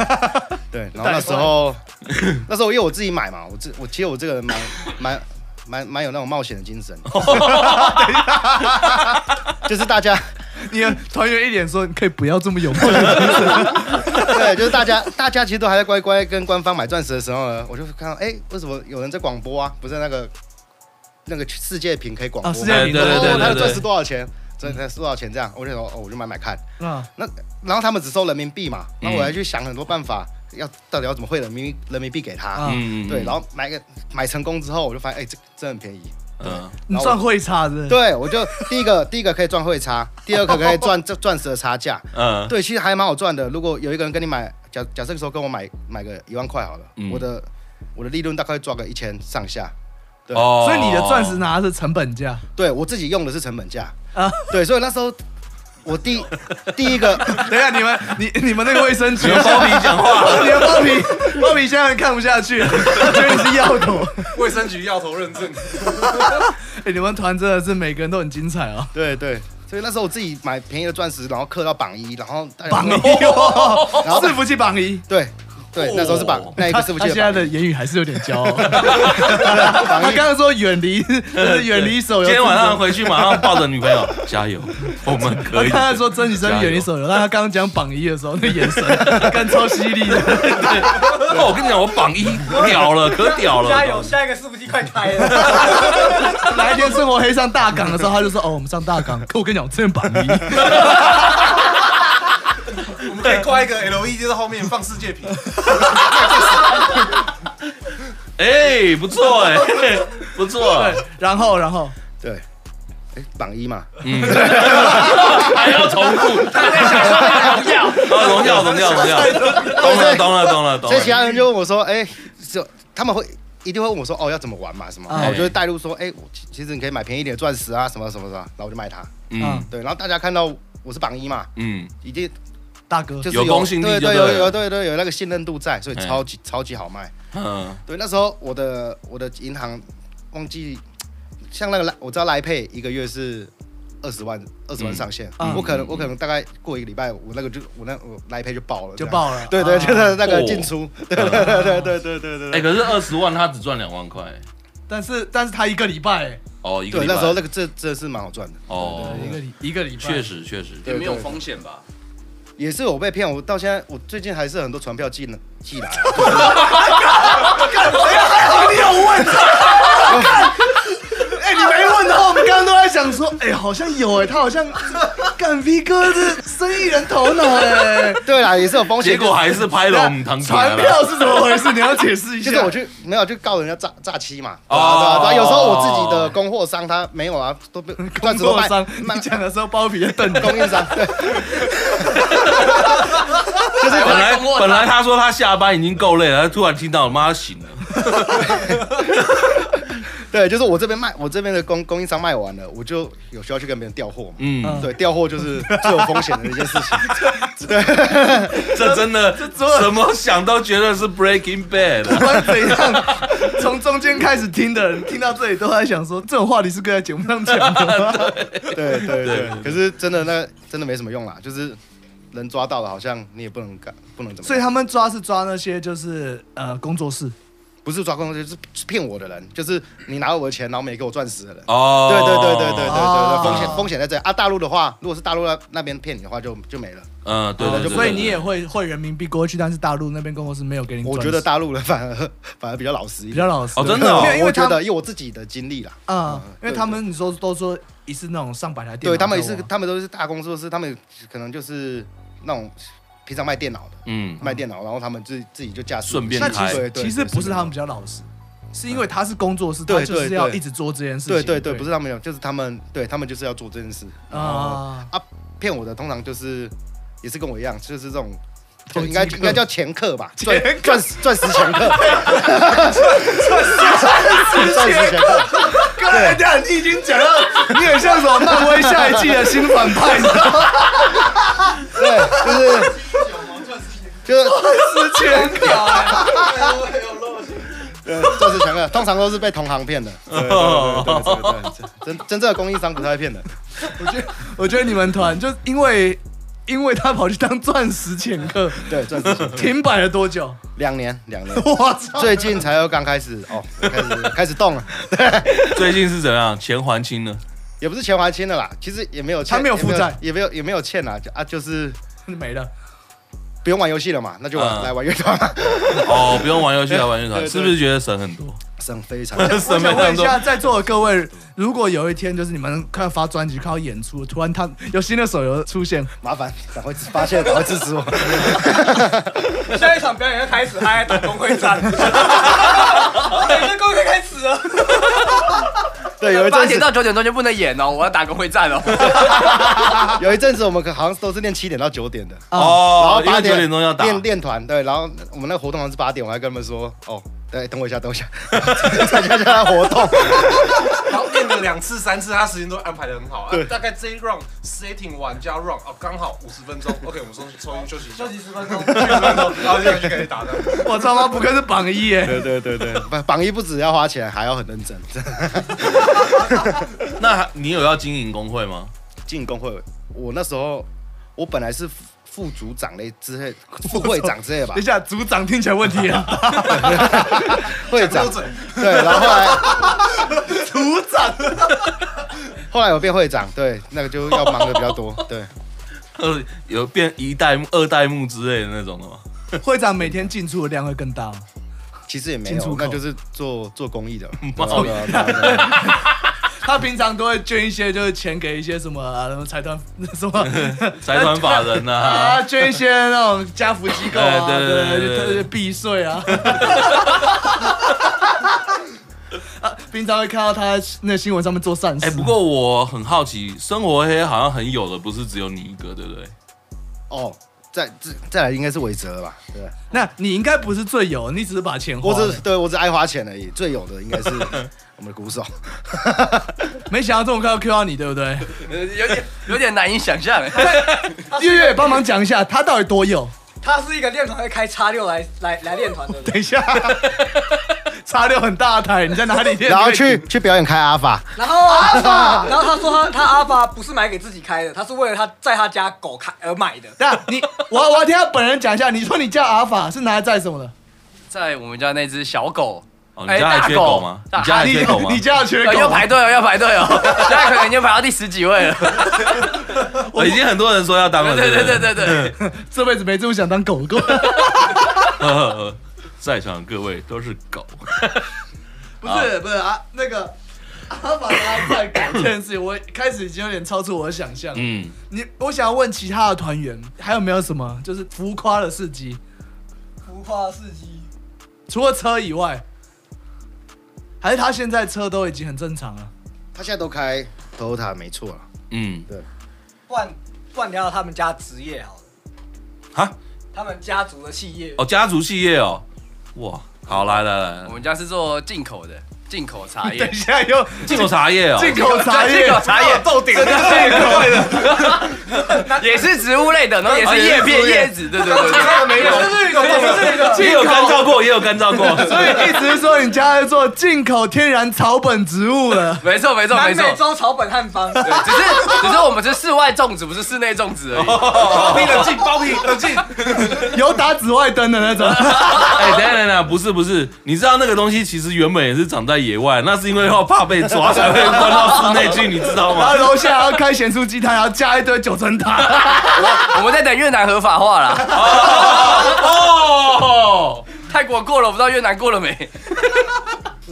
Speaker 3: 对。然后那时候，那时候因为我自己买嘛，我这我其实我这个人蛮蛮蛮蛮有那种冒险的精神，就是大家
Speaker 5: 你的团员一脸说你可以不要这 么勇猛，
Speaker 3: 对，就是大家大家其实都还在乖乖跟官方买钻石的时候呢，我就看到哎、为什么有人在广播啊？不是那个那个世界屏可以广播
Speaker 5: 啊
Speaker 3: 吗，
Speaker 5: 世界
Speaker 1: 哎对对
Speaker 3: 哦
Speaker 1: 对
Speaker 3: 它的
Speaker 1: 对
Speaker 3: 钻石
Speaker 1: 对，
Speaker 3: 多少钱？钻石多少钱？这样，我就说哦，我就买买看。
Speaker 5: 啊，
Speaker 3: 那然后他们只收人民币嘛，那我
Speaker 1: 嗯
Speaker 3: 还去想很多办法，要到底要怎么汇人民币人民币给他？
Speaker 5: 啊
Speaker 1: 嗯
Speaker 3: 对，然后买个买成功之后，我就发现哎、这这很便宜。
Speaker 1: 嗯，
Speaker 5: 你赚汇差是不是？
Speaker 3: 对，我就第一个第一个可以赚汇差，第二个可以赚这钻石的差价。
Speaker 1: 嗯，
Speaker 3: 对，其实还蛮好赚的。如果有一个人跟你买，假假设说跟我买买个一万块好了，
Speaker 1: 嗯
Speaker 3: 我的我的利润大概抓个一千上下。对
Speaker 1: 哦
Speaker 5: 所以你的钻石拿的是成本价，
Speaker 3: 对我自己用的是成本价
Speaker 5: 啊
Speaker 3: 啊，对，所以那时候我第第一个
Speaker 5: 等一下，你们你 你们那个卫生局
Speaker 1: 你们包皮讲话了，
Speaker 5: 你的包皮，包皮现在看不下去了，他觉得你是药头。
Speaker 2: 卫生局要头认证，
Speaker 5: 哎、你们团真的是每个人都很精彩哦。
Speaker 3: 对对，所以那时候我自己买便宜的钻石，然后刻到榜一，然后大家
Speaker 5: 榜一、哦，
Speaker 3: 然后
Speaker 5: 伺服器榜一。
Speaker 3: 对对，那时候是榜
Speaker 1: 哦
Speaker 3: 那一
Speaker 5: 他
Speaker 3: 哎个是不
Speaker 5: 他
Speaker 3: 记
Speaker 5: 现
Speaker 3: 得
Speaker 5: 在
Speaker 3: 榜
Speaker 5: 的
Speaker 3: 一
Speaker 5: 言语还是有点骄 傲。他
Speaker 3: 榜
Speaker 5: 刚
Speaker 3: 一
Speaker 5: 刚说远离，就是 远离手游。
Speaker 1: 今天晚上，回去马上抱着女朋友， 加 油，我们
Speaker 5: 他
Speaker 1: 可以。
Speaker 5: 刚刚说真女生远离手游，但他刚刚讲榜一的时候，那眼神 干超犀利的。
Speaker 1: 哦， 我跟你讲，我榜一屌 了，可屌了，
Speaker 4: 加油，下一个伺服器快开了，
Speaker 5: 哪一天生活黑上大港的时候，他就说：“哦，我们上大港。”可我跟你讲，我真的榜一。
Speaker 2: 我们
Speaker 6: 可以挂一个 LED 在后面放世界屏，
Speaker 1: 哎，不错哎， 不错，
Speaker 5: 然后然后
Speaker 3: 对，哎，榜一嘛，
Speaker 1: 嗯 还要重复，他在想说他荣耀，啊，荣耀，荣耀，荣耀， 懂了，懂了，懂了，懂
Speaker 3: 所以其
Speaker 1: 了。
Speaker 3: 他人就问我说，哎，就他们会。一定会问我说哦要怎么玩嘛什么，然后我就会带入说哎、我其其实你可以买便宜一点的钻石啊什么什么什么，然后我就卖它。
Speaker 1: 嗯
Speaker 3: 对，然后大家看到我是榜一嘛，
Speaker 1: 嗯，
Speaker 3: 已经
Speaker 5: 大哥
Speaker 3: 就是
Speaker 1: 有公信力就
Speaker 3: 对对
Speaker 1: 对了
Speaker 3: 有有对对有那个信任度在，所以
Speaker 1: 嗯
Speaker 3: 超级超级好卖。
Speaker 1: 嗯，
Speaker 3: 对，那时候我的我的银行忘记，像那个来我知道来配一个月是二十万二十万上限，
Speaker 5: 嗯
Speaker 3: 我可能
Speaker 1: 嗯
Speaker 3: 我可能大概过一个礼拜，我那个就我那我来配就爆了，
Speaker 5: 就
Speaker 3: 这样。
Speaker 5: 爆了，
Speaker 3: 对对，
Speaker 5: 啊
Speaker 3: 就是那个
Speaker 1: 哦
Speaker 3: 进出， 对对对对对对对对
Speaker 1: 哎，
Speaker 3: 对。
Speaker 1: 可是二十万他只赚两万块，
Speaker 5: 但是但是他一个礼拜欸，
Speaker 1: 哦，一个
Speaker 3: 对，
Speaker 1: 礼拜
Speaker 3: 那时候那个这这是蛮好赚的，
Speaker 1: 哦，
Speaker 5: 一个礼一个礼拜，
Speaker 1: 确实确实，
Speaker 2: 也没有风险吧？
Speaker 3: 也是我被骗，我到现在我最近还是很多传票寄呢寄 来，
Speaker 5: 哎，你没问的话，我们刚刚都在想说，哎，好像有哎，他好像干 V 哥的生意人头脑哎，
Speaker 3: 对啦，也是有风险。
Speaker 1: 结果还是拍了我们堂姐啊
Speaker 5: 传票是怎么回事？你要解释一
Speaker 3: 就
Speaker 5: 下。
Speaker 3: 是我去没有去告人家诈诈欺嘛，
Speaker 1: 哦
Speaker 3: 对啊对啊对啊，有时候我自己的供货商他没有啊，都被
Speaker 5: 工
Speaker 3: 钻石都
Speaker 5: 作
Speaker 3: 卖
Speaker 5: 商，
Speaker 3: 卖
Speaker 5: 你讲的时候包皮在瞪你，
Speaker 3: 供应商，对，
Speaker 1: 本来本来他说他下班已经够累了，他突然听到妈醒了，
Speaker 3: 对，就是我这边卖，我这边的供供应商卖完了，我就有需要去跟别人调货嘛。
Speaker 1: 嗯，
Speaker 3: 对，调货就是 最有风险的一件事情。
Speaker 1: 这真的什么想都觉得是 Breaking Bad，
Speaker 5: 不管怎 样，从中间开始听的人，听到这里都在想说，这种话题是可以在节目上讲 的吗。
Speaker 3: 对对
Speaker 1: 对
Speaker 3: 对，可是真的那真的没什么用啦，就是人抓到了，好像你也不能干，不能怎么样。
Speaker 5: 所以他们抓是抓那些就是呃工作室，
Speaker 3: 不是抓工作就是骗我的人，就是你拿了我的钱，然后没给我钻石的人。
Speaker 1: 哦，
Speaker 3: 对对对对对对对
Speaker 5: 哦
Speaker 3: 对，风险风险在这里啊。大陆的话，如果是大陆那那边骗你的话，就就没了。
Speaker 1: 嗯，对对对，对
Speaker 5: 哦所以你也会汇人民币过去，但是大陆那边工作室没有给你钻
Speaker 3: 我
Speaker 5: 石。
Speaker 3: 觉得大陆的反而反而比较老实一
Speaker 5: 比较。
Speaker 3: 点
Speaker 5: 老实
Speaker 1: 哦真的哦
Speaker 5: 因为因
Speaker 3: 我
Speaker 5: 为
Speaker 3: 觉
Speaker 5: 他
Speaker 3: 得
Speaker 5: 们
Speaker 3: 以我自己的经历啦，
Speaker 5: 啊，因为
Speaker 3: 对
Speaker 5: 他们你说都说一次那种上百台电脑，啊
Speaker 3: 对他们也是，他们都是大公司，是他们可能就是那种平常卖电脑的，
Speaker 1: 嗯，
Speaker 3: 卖电脑，然后他们自己自己就驾驶
Speaker 1: 顺便
Speaker 5: 那
Speaker 1: 变
Speaker 5: 其
Speaker 1: 态
Speaker 3: 对
Speaker 5: 实
Speaker 3: 对
Speaker 5: 其实
Speaker 3: 对
Speaker 5: 不是他们比较老实，是因为他是工作室，
Speaker 3: 对
Speaker 5: 他就是
Speaker 3: 对
Speaker 5: 要
Speaker 3: 对
Speaker 5: 一直做这件事情。
Speaker 3: 对对对，不是他们有，就是他们对他们就是要做这件事啊。
Speaker 5: 啊，
Speaker 3: 骗我的通常就是也是跟我一样，就是这种。
Speaker 5: 投
Speaker 3: 就
Speaker 5: 机
Speaker 3: 应该
Speaker 5: 客
Speaker 3: 应该叫前客吧，钻钻石钻石前客，钻石前客，
Speaker 5: 刚才哎这样你已经讲到，你很像什么漫威下一季的新反派，你知 道吗？
Speaker 3: 对，就是就是
Speaker 5: 之前
Speaker 3: 对，就是前客，通常都是被同行骗的，对对对对对对真真正的供应商不太会骗的，
Speaker 5: 我觉得你们团就因为因为他跑去当钻石潜客，
Speaker 3: 对，钻石前客
Speaker 5: 停摆了多久？
Speaker 3: 两年两年，
Speaker 5: 我操！
Speaker 3: 最近才又刚开始哦，开始开始动了，
Speaker 1: 最近是怎样？钱还清了，
Speaker 3: 也不是钱还清了啦，其实也没有欠，
Speaker 5: 他没有负债
Speaker 3: 也没有也没有欠啦，就啊就是
Speaker 5: 没了，
Speaker 3: 不用玩游戏了嘛，那就玩、
Speaker 1: 嗯
Speaker 3: 来玩乐团 吧，
Speaker 1: 哦，不用玩游戏来玩乐团，
Speaker 3: 对对
Speaker 1: 是不是觉得省很多？
Speaker 3: 省非常。
Speaker 5: 我
Speaker 1: 省非
Speaker 5: 想问
Speaker 1: 常
Speaker 5: 一
Speaker 1: 多。
Speaker 5: 下，在座的各位，如果有一天就是你们快要发专辑、快要演出，突然他有新的手游出现，
Speaker 3: 麻烦，赶快发现，赶快支持我。
Speaker 4: 下一场表演要开始，
Speaker 6: 哎
Speaker 4: 嗨，打工会 战，每个工会开始了。
Speaker 3: 对，有一
Speaker 2: 八
Speaker 3: 阵
Speaker 2: 点
Speaker 3: 子，
Speaker 2: 到九点中间不能演哦，我要打工会战哦。
Speaker 3: 有一阵子我们好像都是练七点到九点的，然
Speaker 1: 哦
Speaker 3: 后，
Speaker 1: 因
Speaker 3: 八
Speaker 1: 为九点钟要打，
Speaker 3: 练练团，对，然后我们那个活动好像是八点，我还跟他们说，哦，对，等我一下，等我一下， 参加一下活动。
Speaker 6: 然后练了两次、三次，他时间都安排的很好。啊、大概这一 round setting 完加 round 哦，刚好五十分 钟。OK，我们抽抽休息一下，休息十分钟，休息十分钟，然后就就可以打的。
Speaker 5: 我操妈不愧是榜一耶！
Speaker 3: 对对对对，榜榜一不止要花钱，还要很认真。
Speaker 1: 那你有要经营工会吗？
Speaker 3: 进工会，我那时候我本来是副副组长类之类，副会长之类吧
Speaker 5: 等一，下，组长听起来问题啊很大，
Speaker 3: 会
Speaker 6: 讲
Speaker 3: 长
Speaker 6: 多嘴
Speaker 3: 对，然后后来
Speaker 5: 组长
Speaker 3: 后来我变会长，对，那个就要忙的比较 多，对，
Speaker 1: 呃，有变一代目、二代目之类的那种的吗？
Speaker 5: 会长每天进出的量会更大吗。
Speaker 3: 其实也没
Speaker 5: 进出
Speaker 3: 有，
Speaker 5: 口嗯
Speaker 3: 那就是做做公益的，
Speaker 1: 哦
Speaker 3: 对啊对啊对啊
Speaker 5: 他平常都会捐一些就是钱给一些什么啊什么财团什么
Speaker 1: 财团法人啊
Speaker 5: 啊，捐一些那种家福机构啊，
Speaker 1: 哎对对对
Speaker 5: 对
Speaker 1: 对
Speaker 5: 对
Speaker 1: 对
Speaker 5: 对，避 税啊。啊，平常会看到他在那新闻上面做善事。
Speaker 1: 哎、不过我很好奇，生活黑好像很有的，不是只有你一个，对不对？
Speaker 3: 哦，再再再来应该是韦泽了吧？对，
Speaker 5: 那你应该不是最有，你只是把钱花
Speaker 3: 我
Speaker 5: 了。
Speaker 3: 只对我只爱花钱而已，最有的应该 是我们的鼓手。
Speaker 5: 没想到这么快要 Q 到你，对 不对？
Speaker 2: 呃有点有点难以 想象。
Speaker 5: 月月帮忙讲一下，他到底多 有？
Speaker 4: 他是一个练团会开叉六来来来练团的人，
Speaker 5: 等一下，差六很大的台，你在哪里？
Speaker 3: 然后去去表演开阿法，
Speaker 4: 然后阿法，然后他说他他阿法不是买给自己开的，他是为了他在他家狗开而买的。
Speaker 5: 那你，我我要听他本人讲一下。你说你叫阿法是拿来载什么的？
Speaker 2: 在我们家那只小狗，
Speaker 1: 哦，你家还缺狗吗？
Speaker 2: 哎大狗
Speaker 1: 你家还
Speaker 5: 你
Speaker 1: 缺狗吗？
Speaker 5: 你家有缺啊
Speaker 2: 呃
Speaker 5: 狗
Speaker 2: 要
Speaker 5: 吗
Speaker 2: 排？队哦，要排 队哦，现在可能已经排到第十几位了。
Speaker 1: 我呃已经很多人说要当了，
Speaker 2: 对对
Speaker 1: 不
Speaker 2: 对嗯对对对，
Speaker 5: 这辈子没这么想当狗狗。
Speaker 1: 呵呵呵 在场各位都是狗，
Speaker 5: 不是不是啊，那个 阿法拉载狗这件事情，我开始已经有点超出我的想象。
Speaker 1: 嗯，
Speaker 5: 你，我想要问其他的团员，还有没有什么就是浮夸的事迹？
Speaker 4: 浮夸司机，
Speaker 5: 除了车以外，还是他现在车都已经很正常了？
Speaker 3: 他现在都开 Toyota 没错了。
Speaker 1: 嗯，
Speaker 4: 不然不然聊聊他们家职业好了，
Speaker 1: 哈，
Speaker 4: 他们家族的企业。
Speaker 1: 哦，家族企业哦，哇，好，来来来
Speaker 2: 我，们家是做进口的，进口茶 叶
Speaker 5: 等一。下又
Speaker 1: 进口茶叶哦，
Speaker 5: 进口茶
Speaker 2: 对
Speaker 5: 叶
Speaker 2: 进口，茶
Speaker 5: 哦
Speaker 2: 叶
Speaker 6: 到顶，
Speaker 2: 也是植物类的，然后也
Speaker 1: 哦
Speaker 2: 是
Speaker 1: 也
Speaker 2: 叶
Speaker 1: 是
Speaker 2: 片、
Speaker 1: 植物类
Speaker 2: 叶子，对对对对。
Speaker 5: 没有，这是一个，这是一个。
Speaker 1: 也有干燥过，也有干燥过，
Speaker 5: 所以一直说你家在做进口天然草本植物了。
Speaker 2: 没错没错没
Speaker 4: 南
Speaker 2: 错
Speaker 4: 美，洲草本汉方，
Speaker 2: 对只是只是我们是室外种植，不是室内种植而已。
Speaker 6: 包皮冷静，
Speaker 2: 哦
Speaker 6: 包皮冷静，
Speaker 5: 有打紫外灯的那 种，
Speaker 1: 哎、等一下等一下，不是不是，你知道那个东西其实原本也是长在野外，那是因为要怕被抓才会关到室内去，你知道
Speaker 5: 然
Speaker 1: 吗
Speaker 5: 后？ 楼下还要开咸酥鸡摊，然后加一堆九层塔。
Speaker 2: 我我们在等越南合法化 啦，
Speaker 1: 哦，
Speaker 2: 泰国过了，我不知道越南过了没。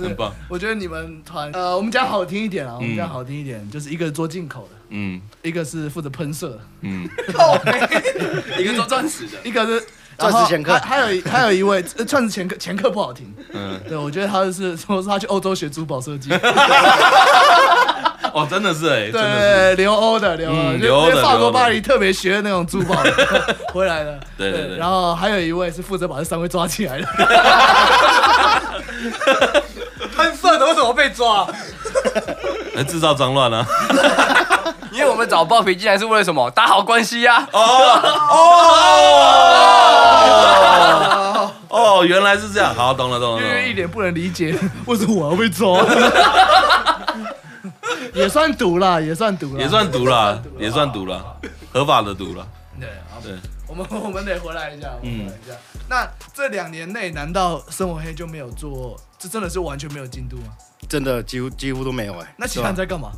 Speaker 1: 很棒，
Speaker 5: 我觉得你们团，呃，我们讲好听一点啊，我们讲好听一点，就是一个做进口的，
Speaker 1: 嗯
Speaker 5: 一个是负责喷射的，
Speaker 1: 嗯，
Speaker 2: 一个做钻石的，
Speaker 5: 一个是
Speaker 3: 钻石前客
Speaker 5: 然后还还有一还有一位呃钻石前客前客不好听，
Speaker 1: 嗯
Speaker 5: 嗯，对我觉得他是说他去欧洲学珠宝设计，
Speaker 1: 哦，真的是哎、真的是，
Speaker 5: 对，留欧的留欧
Speaker 1: 嗯
Speaker 5: 的，
Speaker 1: 留欧的
Speaker 5: 就在法
Speaker 1: 留欧
Speaker 5: 国
Speaker 1: 的
Speaker 5: 巴黎特别学的那种珠宝回来的。
Speaker 1: 对对对
Speaker 5: 然后还有一位是负责把这三位抓起来的，
Speaker 4: 喷射的为什么被抓？
Speaker 1: 来制造脏乱啊！
Speaker 2: 因为我们找爆皮竟然是为了什么？打好关系啊呀。
Speaker 1: 哦哦，原来是这样，好，懂了懂了
Speaker 5: 因
Speaker 1: 懂
Speaker 5: 为一
Speaker 1: 了。
Speaker 5: 脸不能理解 为什么我要被抓。 也算赌啦，也算赌啦，
Speaker 1: 也算毒了，也算毒了，合法的毒了。
Speaker 5: 对。好
Speaker 1: 对
Speaker 5: 我们 我们得回来一下，我们回来一下。
Speaker 3: 嗯
Speaker 5: 那这两年内，难道生活黑就没有做？这真的是完全没有进度吗？
Speaker 3: 真的几乎几乎都没有哎、
Speaker 5: 那其他人在干嘛？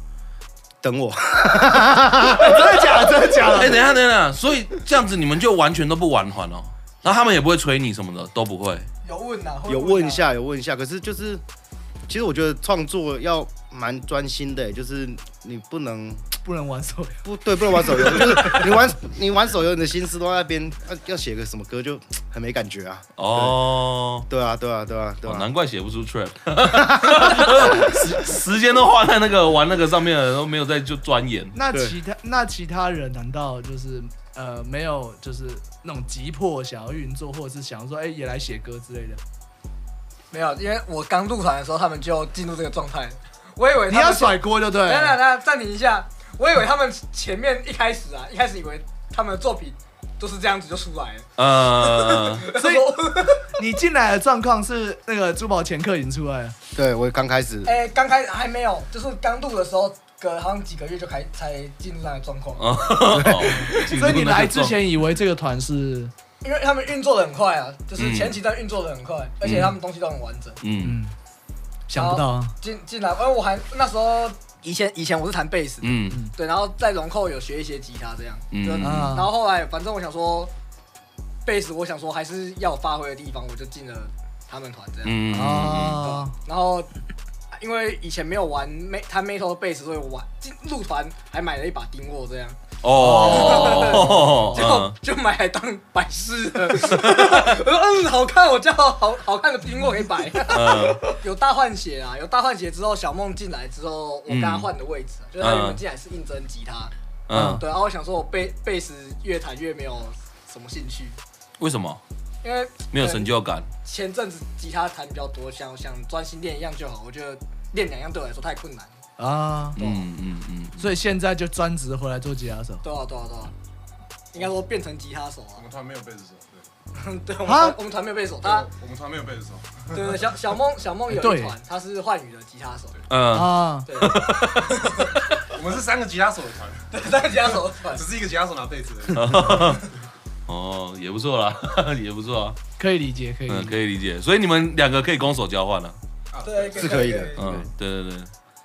Speaker 3: 等我，
Speaker 5: 真的假的？真的假
Speaker 1: 哎、
Speaker 5: 的？
Speaker 1: 等一下等一下，所以这样子你们就完全都不玩团哦，然后他们也不会催你什么的，都不会。
Speaker 4: 有问呐、啊，
Speaker 3: 有问一。下，有问一下。可是就是，其实我觉得创作要蛮专心的、欸就是你不能
Speaker 5: 不能玩手游。
Speaker 3: 不对，不能玩手游，就是你玩你玩手游，你的心思都在那边，要要写个什么歌就很没感觉啊。
Speaker 1: 哦，
Speaker 3: 对啊，对啊，对啊，对
Speaker 1: 哦
Speaker 3: 啊。
Speaker 1: 难怪写不出 trap，时时间都花在那个玩那个上面了，都没有在就钻研。
Speaker 5: 那
Speaker 3: 对
Speaker 5: 其他那其他人难道就是呃没有就是那种急迫想要运作，或者是想要说哎、也来写歌之类的？
Speaker 4: 没有，因为我刚入团的时候，他们就进入这个状态。我以为
Speaker 5: 你
Speaker 4: 哎他们
Speaker 5: 要甩锅就对
Speaker 4: 等等
Speaker 5: 了。
Speaker 4: 等，暂停一下。我以为他们前面一开始啊，一开始以为他们的作品都是这样子就出来了，
Speaker 1: 呃，
Speaker 5: 所以 你进来的状况是那个珠宝前客已经出来了，
Speaker 3: 对我刚开始，
Speaker 4: 哎，刚开始还没有，就是刚入的时候，隔好像几个月就开才进入那样的状况，
Speaker 1: 哦，哦
Speaker 3: 嗯
Speaker 5: 所以你来之，前以为这个团是
Speaker 4: 因为他们运作的很快啊，就是
Speaker 1: 嗯
Speaker 4: 前期在运作的很快，而且他们东西都很完整。
Speaker 1: 嗯
Speaker 5: 嗯想不到啊，
Speaker 4: 进进来，因哎为我还那时候以前以前我是弹贝斯的，
Speaker 1: 嗯
Speaker 4: 对，然后在龙扣有学一些吉他这样，
Speaker 1: 嗯
Speaker 4: 就
Speaker 5: 啊
Speaker 4: 然后后来反正我想说，贝斯我想说还
Speaker 3: 嗯
Speaker 4: 是要有发挥的地方，我就进了他们团这样。
Speaker 1: 嗯，
Speaker 5: 啊
Speaker 4: 然后因为以前没有玩没弹 metal bass，所以我玩进入团还买了一把丁沃这样，
Speaker 1: 哦，
Speaker 4: 就、
Speaker 1: 嗯
Speaker 4: 就买来当摆 饰的。我说嗯，好看，我叫好好看的丁沃给摆。
Speaker 1: 嗯，
Speaker 4: 有大换血啊，有大换血之后，小梦进来之后，我跟他换的位置，啊就是他原本进来是应征吉他，
Speaker 1: 嗯，
Speaker 4: 对，然后我想说我贝贝斯越弹越没有什么兴趣，
Speaker 1: 为什么
Speaker 4: 因为
Speaker 1: 没有成就感？
Speaker 4: 前阵子吉他弹比较多，想想专心练一样就好，我觉得练两样对我来说太困难。
Speaker 5: 啊，
Speaker 1: 嗯嗯嗯，
Speaker 5: 所以现在就专职回来做吉他手。
Speaker 4: 对啊，对啊，对啊，应该说变成吉他手
Speaker 6: 我
Speaker 4: 啊
Speaker 6: 们。团没有贝斯手，对，
Speaker 7: 嗯
Speaker 4: 对，我们
Speaker 5: 啊
Speaker 4: 团我们团没有贝手，
Speaker 6: 对
Speaker 4: 他
Speaker 6: 我们团没有贝斯手，
Speaker 4: 对对小小梦小梦有
Speaker 5: 对
Speaker 4: 一团，他是幻宇的吉他手，
Speaker 1: 嗯，
Speaker 5: 啊，
Speaker 4: 对，
Speaker 6: 我们是三个吉他手的团，
Speaker 4: 三个吉他手的团
Speaker 6: 只。是一个吉他手拿贝斯而已。
Speaker 1: 哦，也不错啦， 也不错啊，
Speaker 5: 可以理解，可以理
Speaker 1: 嗯，可
Speaker 5: 解。
Speaker 1: 以理解。所以你们两个可以攻守交换了，
Speaker 6: 啊
Speaker 4: 对，
Speaker 3: 是可以的
Speaker 1: 嗯，对对对，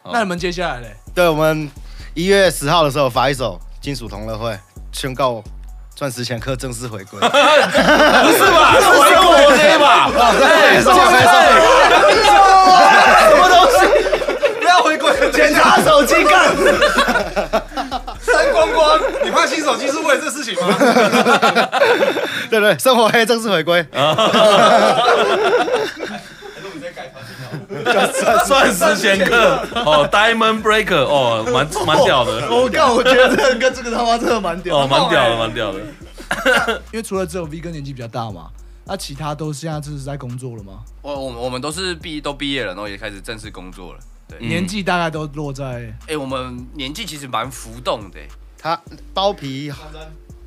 Speaker 1: 好
Speaker 5: 那你们接下来嘞？
Speaker 3: 对，我们一月十号的时候发一首金属同乐会，宣告钻石前科正式回 归。
Speaker 1: 啊是我用我 K 吧，
Speaker 5: 哎
Speaker 6: 哎
Speaker 3: 没错没错，
Speaker 6: 不要回归，
Speaker 3: 检查手机 干。
Speaker 6: 删光光。你换新手机是为了这事情吗？
Speaker 3: 对对，生活黑正式回归。
Speaker 6: 还是我们在改团体好？
Speaker 1: 钻石前客，哦，Diamond Breaker，哦，蛮蛮屌的，
Speaker 5: 我靠，我觉得这个跟这个他妈真的蛮
Speaker 1: 哦，蛮屌的，蛮屌的。
Speaker 5: 因为除了只有 V 哥年纪比较大嘛，那其他都现在就是在工作了吗？
Speaker 2: 我我们我们都是毕都毕业了，然后也开始正式工作了。对，哎、
Speaker 1: 嗯
Speaker 5: 年纪大概都落在
Speaker 2: 我们年纪其实蛮浮动的、欸
Speaker 3: 他包皮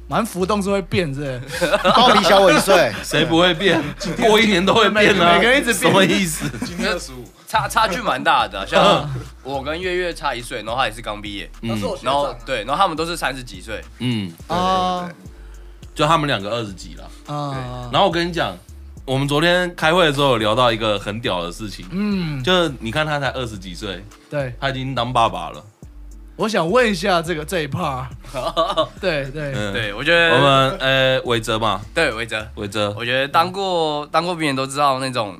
Speaker 5: 蛮浮动，是会变是不 是
Speaker 3: 包皮小尾碎，
Speaker 1: 谁不会变？过一年都会变啊！
Speaker 5: 每个人一直变
Speaker 1: 什么意 思？
Speaker 6: 今天二十五，
Speaker 2: 差差距蛮大的啊、像我跟月月差一岁，然后他也是刚毕
Speaker 3: 嗯
Speaker 2: 业，
Speaker 4: 他是我学
Speaker 2: 然
Speaker 4: 长
Speaker 2: 后
Speaker 4: 啊，
Speaker 2: 对，然后他们都是三十几岁，
Speaker 1: 嗯，
Speaker 5: 啊
Speaker 1: 就他们两个二十几了。
Speaker 5: 啊，
Speaker 1: 然后我跟你讲，我们昨天开会的时候有聊到一个很屌的事情，
Speaker 5: 嗯，
Speaker 1: 就是你看他才二十几岁，
Speaker 5: 对，
Speaker 1: 他已经当爸爸了。
Speaker 5: 我想问一下这个这 一 part，对对，
Speaker 1: 嗯，
Speaker 2: 对我觉得
Speaker 1: 我们呃，伟哲嘛，
Speaker 2: 对韦哲，
Speaker 1: 伟哲，
Speaker 2: 我觉得当过当过兵人都知道那种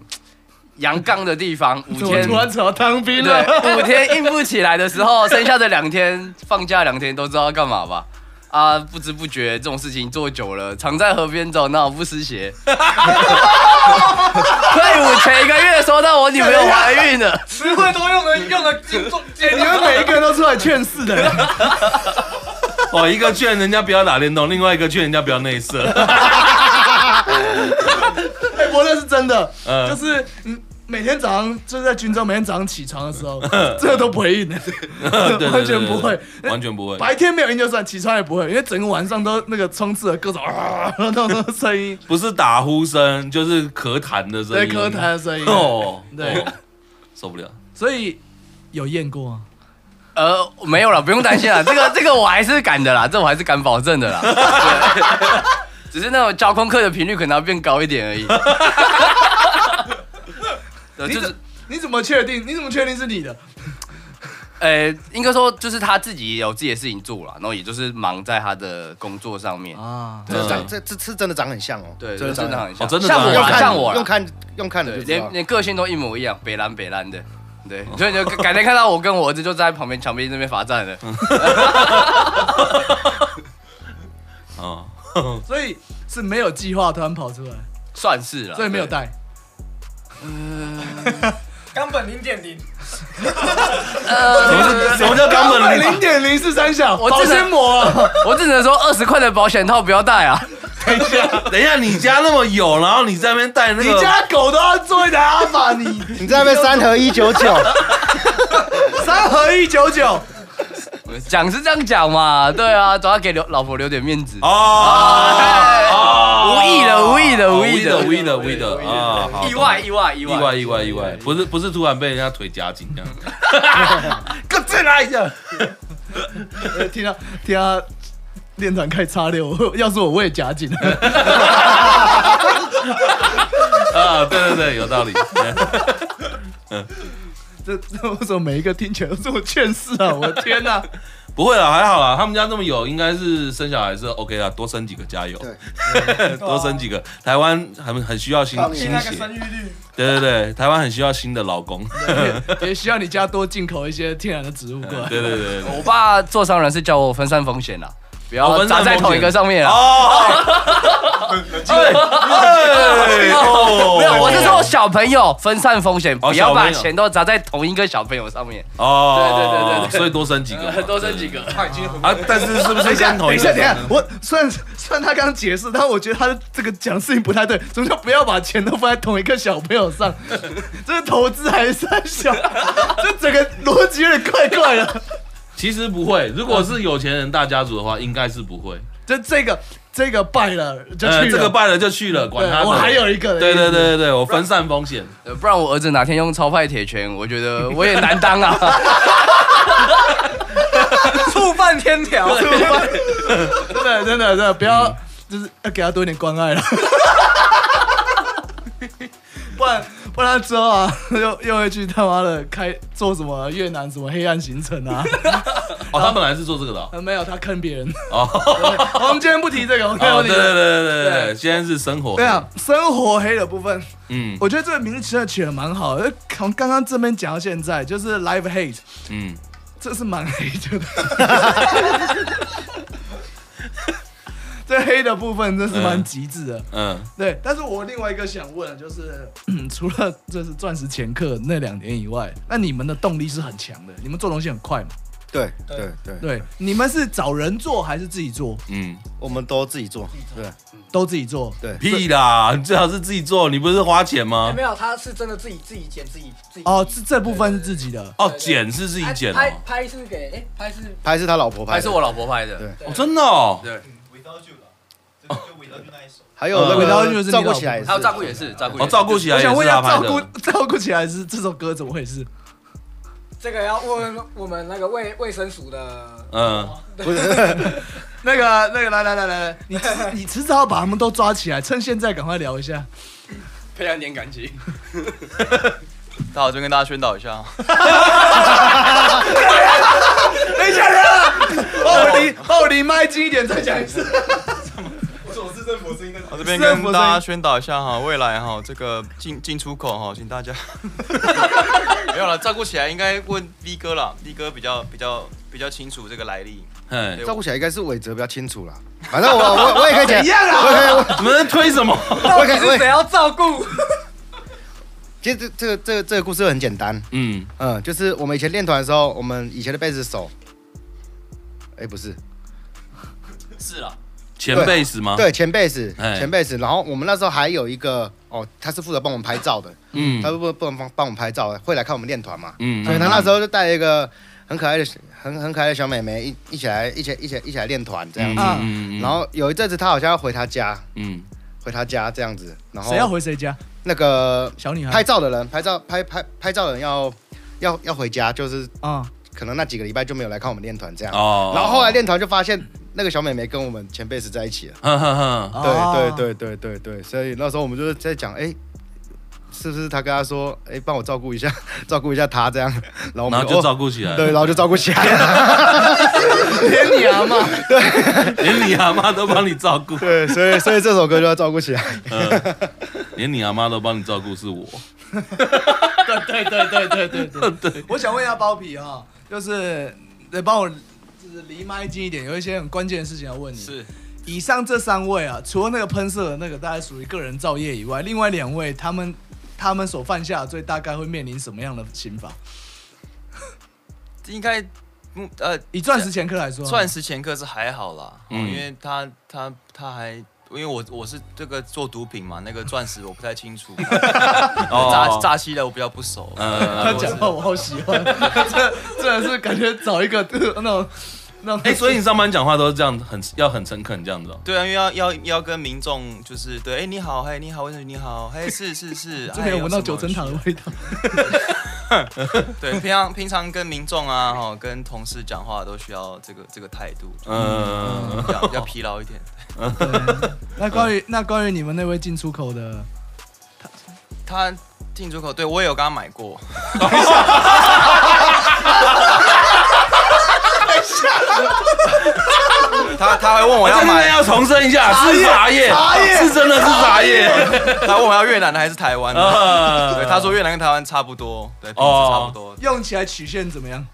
Speaker 2: 阳刚的地方，五
Speaker 5: 怎么
Speaker 2: 天
Speaker 5: 突然扯到 当兵了？
Speaker 2: 对五天硬不起来的时候，剩下的两天放假两天都知道干嘛吧？啊，不知不觉这种事情做久了，常在河边走，那我不湿鞋。 退伍前一个月收到我女朋友怀孕了，
Speaker 4: 词汇都用的用的精准，
Speaker 5: 哎你们每一个都出来劝世的， 哎
Speaker 1: 哦，一个劝人家不要打 电动，另外一个劝人家不要内射。
Speaker 5: 哎，我那是真的，
Speaker 1: 嗯
Speaker 5: 就是嗯。每天早上就是在军中，每天早上起床的时候， 这个都不会硬的，
Speaker 1: 呃对对对
Speaker 5: 完全不会
Speaker 1: 对。对完全不会。
Speaker 5: 白天没有音就算，起床也不会，因为整个晚上都那个充斥了各种啊 那种声音，
Speaker 1: 不是打呼声，就是咳痰的声
Speaker 5: 对，
Speaker 1: 音。
Speaker 5: 咳痰的声音。
Speaker 1: 哦，
Speaker 5: 对
Speaker 1: 哦，受不了。
Speaker 5: 所以有验过吗？
Speaker 2: 呃，没有了，不用担心了，这个这个我还是敢的啦，这我还是敢保证的啦。对只是那种交功课的频率可能要变高一点而已。对
Speaker 5: 你
Speaker 2: 就
Speaker 5: 怎
Speaker 2: 是
Speaker 5: 你怎么确定？你怎么确定是你的？
Speaker 2: 呃，应该说就是他自己也有自己的事情做了，然后也就是忙在他的工作上面。
Speaker 5: 啊，
Speaker 1: 嗯
Speaker 3: 这长这这次真的长很像哦，
Speaker 2: 对，
Speaker 3: 真
Speaker 2: 就
Speaker 3: 的长
Speaker 2: 真的
Speaker 3: 得
Speaker 2: 很像，
Speaker 1: 哦真的
Speaker 2: 像
Speaker 1: 长得
Speaker 2: 我
Speaker 1: 很
Speaker 2: 啦，
Speaker 1: 像
Speaker 2: 像我啦
Speaker 3: 用，看用看你
Speaker 2: 对，
Speaker 3: 就知道
Speaker 2: 连。连个性都一模一样，北蓝北蓝的。对，所以你就改天看到我跟我儿子就在旁边墙壁那边罚站了。
Speaker 1: 嗯 哦，
Speaker 5: 所以是没有计划突然跑出来，
Speaker 2: 算是了，
Speaker 5: 所以没有
Speaker 2: 对。
Speaker 5: 带。
Speaker 4: 冈本零点零，
Speaker 1: 什么是什么叫冈本零
Speaker 5: 零点零是三小，
Speaker 2: 我
Speaker 5: 保
Speaker 2: 真的
Speaker 5: 鲜膜
Speaker 1: 呃
Speaker 5: 啊，
Speaker 2: 我只能说二十块的保险套不要带啊。
Speaker 1: 等一下，等一下，你家那么有，然后你在那边带那
Speaker 5: 你
Speaker 1: 个，
Speaker 5: 家狗都要做一台阿法， 你
Speaker 3: 你在那边三合一九九，
Speaker 5: 三合一九九，
Speaker 2: 讲是这样讲嘛，对啊，总要给留老婆留点面子。
Speaker 1: 哦， 哎
Speaker 2: 无意的无意的
Speaker 1: 哦
Speaker 2: 无
Speaker 1: 无
Speaker 2: 意
Speaker 1: 意
Speaker 2: 的
Speaker 1: 的，无意的，无意的啊，好
Speaker 2: 意外意外意
Speaker 1: 意外，
Speaker 2: 外，
Speaker 1: 意外，意外，不是不是突然被人家腿夹紧这样， 哥再来一下，
Speaker 5: 呃 听到听到练团开叉六， 我要是我我也夹紧了。
Speaker 1: 啊，对对对，有道理，
Speaker 5: 这这为什么每一个听起来都这么劝世啊？我的天哪！
Speaker 1: 不会啦，还好啦，他们家这么有，应该是生小孩是 OK 啦，多生几个加油， 多生几个。台湾很很需要新
Speaker 3: 抗议
Speaker 1: 新
Speaker 8: 那个
Speaker 1: 血，
Speaker 8: 生育率，
Speaker 1: 对对对，台湾很需要新的老公，
Speaker 5: 也需要你家多进口一些天然的植物过来。
Speaker 1: 对对对对。
Speaker 2: 我爸做商人是叫我分散风险啦，不
Speaker 1: 哦
Speaker 2: 要
Speaker 1: 分散
Speaker 2: 砸在
Speaker 1: 风险
Speaker 2: 同一个上面啊。
Speaker 1: 哦，哎哎哦
Speaker 2: 没有，我是说小朋友分散风险，不要
Speaker 1: 小朋
Speaker 2: 把
Speaker 1: 友
Speaker 2: 钱都砸在同一个小朋友上面，
Speaker 1: 哦，
Speaker 2: 对对对对对
Speaker 1: 所以多生几个嘛，
Speaker 2: 多生几个。
Speaker 6: 他已经很
Speaker 1: 啊，但是是不
Speaker 5: 等
Speaker 1: 是
Speaker 5: 一下，
Speaker 1: 跟同
Speaker 5: 等一
Speaker 1: 一
Speaker 5: 下，
Speaker 1: 个
Speaker 5: 等一下
Speaker 1: 生呢？，
Speaker 5: 我虽然虽然他刚解释，但我觉得他这个讲事情不太对。什么叫不要把钱都放在同一个小朋友上？ 这是投资还是三小？ 这整个逻辑有点怪怪的。
Speaker 1: 其实不会，如果是有钱人大家族的话，应该是不会。
Speaker 5: 就这个这个败了就去了，
Speaker 1: 呃，这个败了就去了，管他
Speaker 5: 对
Speaker 1: 的。
Speaker 5: 我还有一个人
Speaker 1: 对对对对对，我分散风险。
Speaker 2: 呃不然我儿子哪天用超派铁拳，我觉得我也难当啊。
Speaker 4: 触犯天条，
Speaker 5: 真的真的真的不要，就是要给他多一点关爱了， 不然不然他之后啊，又又会去他妈的开做什么越南什么黑暗行程啊？
Speaker 1: 哦，他本来是做这个的哦。
Speaker 5: 呃 没有，他坑别人。
Speaker 1: 哦，
Speaker 5: 我们今天不提这 个，我们
Speaker 1: 哦
Speaker 5: 不
Speaker 1: 对
Speaker 5: 提
Speaker 1: 对对对
Speaker 5: 这个。
Speaker 1: 对对，
Speaker 5: 对
Speaker 1: 现在是生活。
Speaker 5: 对啊，生活黑的部分，
Speaker 1: 嗯
Speaker 5: 我觉得这个名词取得蛮好的。从刚刚这边讲到现在，就是 live hate，
Speaker 1: 嗯，
Speaker 5: 这是蛮黑的。 这黑的部分真是蛮极致的。
Speaker 1: 嗯，
Speaker 5: 对，但是我另外一个想问的啊就是， 除了就是钻石前客那两年以外，那你们的动力是很强的，你们做东西很快嘛？
Speaker 3: 对对对，
Speaker 5: 对，你们是找人做还是自己做？
Speaker 1: 嗯，
Speaker 3: 我们都自己做，对
Speaker 5: 都自己做。
Speaker 3: 对。
Speaker 1: 屁啦，你最好是自己做，你不是花钱
Speaker 8: 哎
Speaker 1: 吗
Speaker 8: 没？有，他是真的自己自己剪自己自己
Speaker 5: 哦，这这部分是自己的。
Speaker 1: 哦，剪是自己
Speaker 8: 拍
Speaker 1: 剪
Speaker 8: 拍
Speaker 1: 哦，
Speaker 8: 拍是给哎拍是
Speaker 3: 拍是他老婆拍
Speaker 2: 还
Speaker 3: 的，
Speaker 2: 是我老婆拍的
Speaker 3: 对，
Speaker 1: 哦真的哦，
Speaker 2: 对，
Speaker 3: 还有那
Speaker 1: 呃
Speaker 5: 然后就是你
Speaker 3: 个照顾
Speaker 5: 老
Speaker 3: 起来也是，
Speaker 2: 还有照顾也是照顾也
Speaker 1: 哦
Speaker 2: 是，
Speaker 1: 照顾起来
Speaker 5: 我
Speaker 1: 也
Speaker 5: 想问
Speaker 1: 是
Speaker 5: 一下，
Speaker 1: 他拍
Speaker 5: 照顾
Speaker 1: 的。
Speaker 5: 照顾起来是这首歌怎么回事？
Speaker 8: 这个要问我们那个卫卫生署的，
Speaker 1: 嗯，
Speaker 3: 不是
Speaker 5: 那个那个，来来来来来，你迟你 迟早要把他们都抓起来，趁现在赶快聊一下。
Speaker 2: 培养点感情。
Speaker 7: 那我就跟大家宣导一下，
Speaker 5: 哦，离哦，离麦近一点再讲一次。
Speaker 7: 我这边
Speaker 5: 是啊
Speaker 7: 跟
Speaker 5: 我
Speaker 7: 大家宣导一下哈，未来哈这个进进出口哈，请大家没有了，照顾起来应该问 V 哥啦，V 哥比较比较比较清楚这个来历。
Speaker 1: 哎，
Speaker 3: 照顾起来应该是伟哲比较清楚啦。反正我我我也可以讲，
Speaker 5: 啊
Speaker 3: 我也可以我
Speaker 1: 你们在推什么？
Speaker 3: 我也可以我也
Speaker 4: 谁要照顾？
Speaker 3: 其实这这个这个这个故事很简单，
Speaker 1: 嗯，
Speaker 3: 嗯，就是我们以前练团的时候，我们以前的贝斯手，哎，不是，
Speaker 2: 是啦，
Speaker 1: 前辈是吗？，
Speaker 3: 对，前贝斯，
Speaker 1: 啊哎
Speaker 3: 前贝斯。然后我们那时候还有一个哦，他是负责帮我们拍照的，
Speaker 1: 嗯
Speaker 3: 他不不能帮帮我们拍照，会来看我们练团嘛。
Speaker 1: 嗯，
Speaker 3: 所以他那时候就带了一个很可爱的、很很可爱的小妹妹一一起来、一起一起一起来练团这
Speaker 1: 嗯
Speaker 3: 样子。
Speaker 1: 嗯嗯，
Speaker 3: 然后有一阵子他好像要回他家，
Speaker 1: 嗯
Speaker 3: 回他家这样子。然
Speaker 5: 谁要
Speaker 3: 后
Speaker 5: 回谁家？
Speaker 3: 那个
Speaker 5: 小女
Speaker 3: 拍
Speaker 5: 孩。
Speaker 3: 照的人，拍照拍拍拍照的人要要要回家，就是
Speaker 5: 啊，
Speaker 3: 可能那几个礼拜就没有来看我们练团这样。
Speaker 1: 哦，
Speaker 3: 然后后来练团就发现那个小妹妹跟我们前辈是在一起了。
Speaker 1: 哼哼哼，
Speaker 5: 哦
Speaker 3: 对对对对对对，所以那时候我们就是在讲，哎、是不是他跟他说，哎、帮我照顾一下， 照顾一下他这样， 然后我们
Speaker 1: 然后就
Speaker 3: 哦
Speaker 1: 照顾起来，
Speaker 3: 对，然后就照顾起来 了。
Speaker 5: 连你啊嘛，
Speaker 1: 连你阿妈都帮你照顾，
Speaker 3: 对，所以所以这首歌就要照顾起来。
Speaker 1: 嗯 连你阿妈都帮你照顾是 我，
Speaker 5: 对对对对对对 对。 我想问一下包皮哈，就是得帮我就是离麦近一点，有一些很关键的事情要问你。
Speaker 1: 嗯
Speaker 7: 是，
Speaker 5: 以上这三位啊，除了那个喷射的那个大概属于个人造业以外，另外两位他们他们所犯下的罪大概会面临什么样的刑罚？
Speaker 7: 应该嗯呃，
Speaker 5: 以钻石前科来说，
Speaker 7: 钻石前科是还好啦，
Speaker 1: 嗯
Speaker 7: 嗯、因为他他他还因为我我是这个做毒品嘛，那个钻石我不太清 楚，
Speaker 1: 哦
Speaker 7: 炸炸西的我比较不熟。
Speaker 1: 嗯
Speaker 5: 他讲话我好喜欢， 这真的是感觉找一个 那种那种
Speaker 1: 哎、所以 你上班讲话都是这样，很要很诚恳这样子哦、
Speaker 7: 对啊，因为要要要跟民众就是对，哎、你好，嘿，你好，卫生局你好，嘿，是 是是，
Speaker 5: 之
Speaker 7: 哎
Speaker 5: 前有闻到
Speaker 7: 什么
Speaker 5: 九层塔的味道。
Speaker 7: 对，平常平常跟民众啊，哈，跟同事讲话都需要这个这个态度，
Speaker 1: 嗯，
Speaker 7: 比 较比较疲劳一点。哎
Speaker 5: 那关于那关于你们那位进出口的，
Speaker 7: 他进出口，对我也有跟他买 过，他他还问我要
Speaker 1: 真的
Speaker 7: 买，
Speaker 1: 要重申一下，是茶叶，哦是真的是茶 叶。呃
Speaker 7: 他问我要越南的还是台湾
Speaker 5: 嗯
Speaker 7: 的。对，他说越南跟台湾差不多，对，品质差不多。
Speaker 5: 用起来曲线怎么样？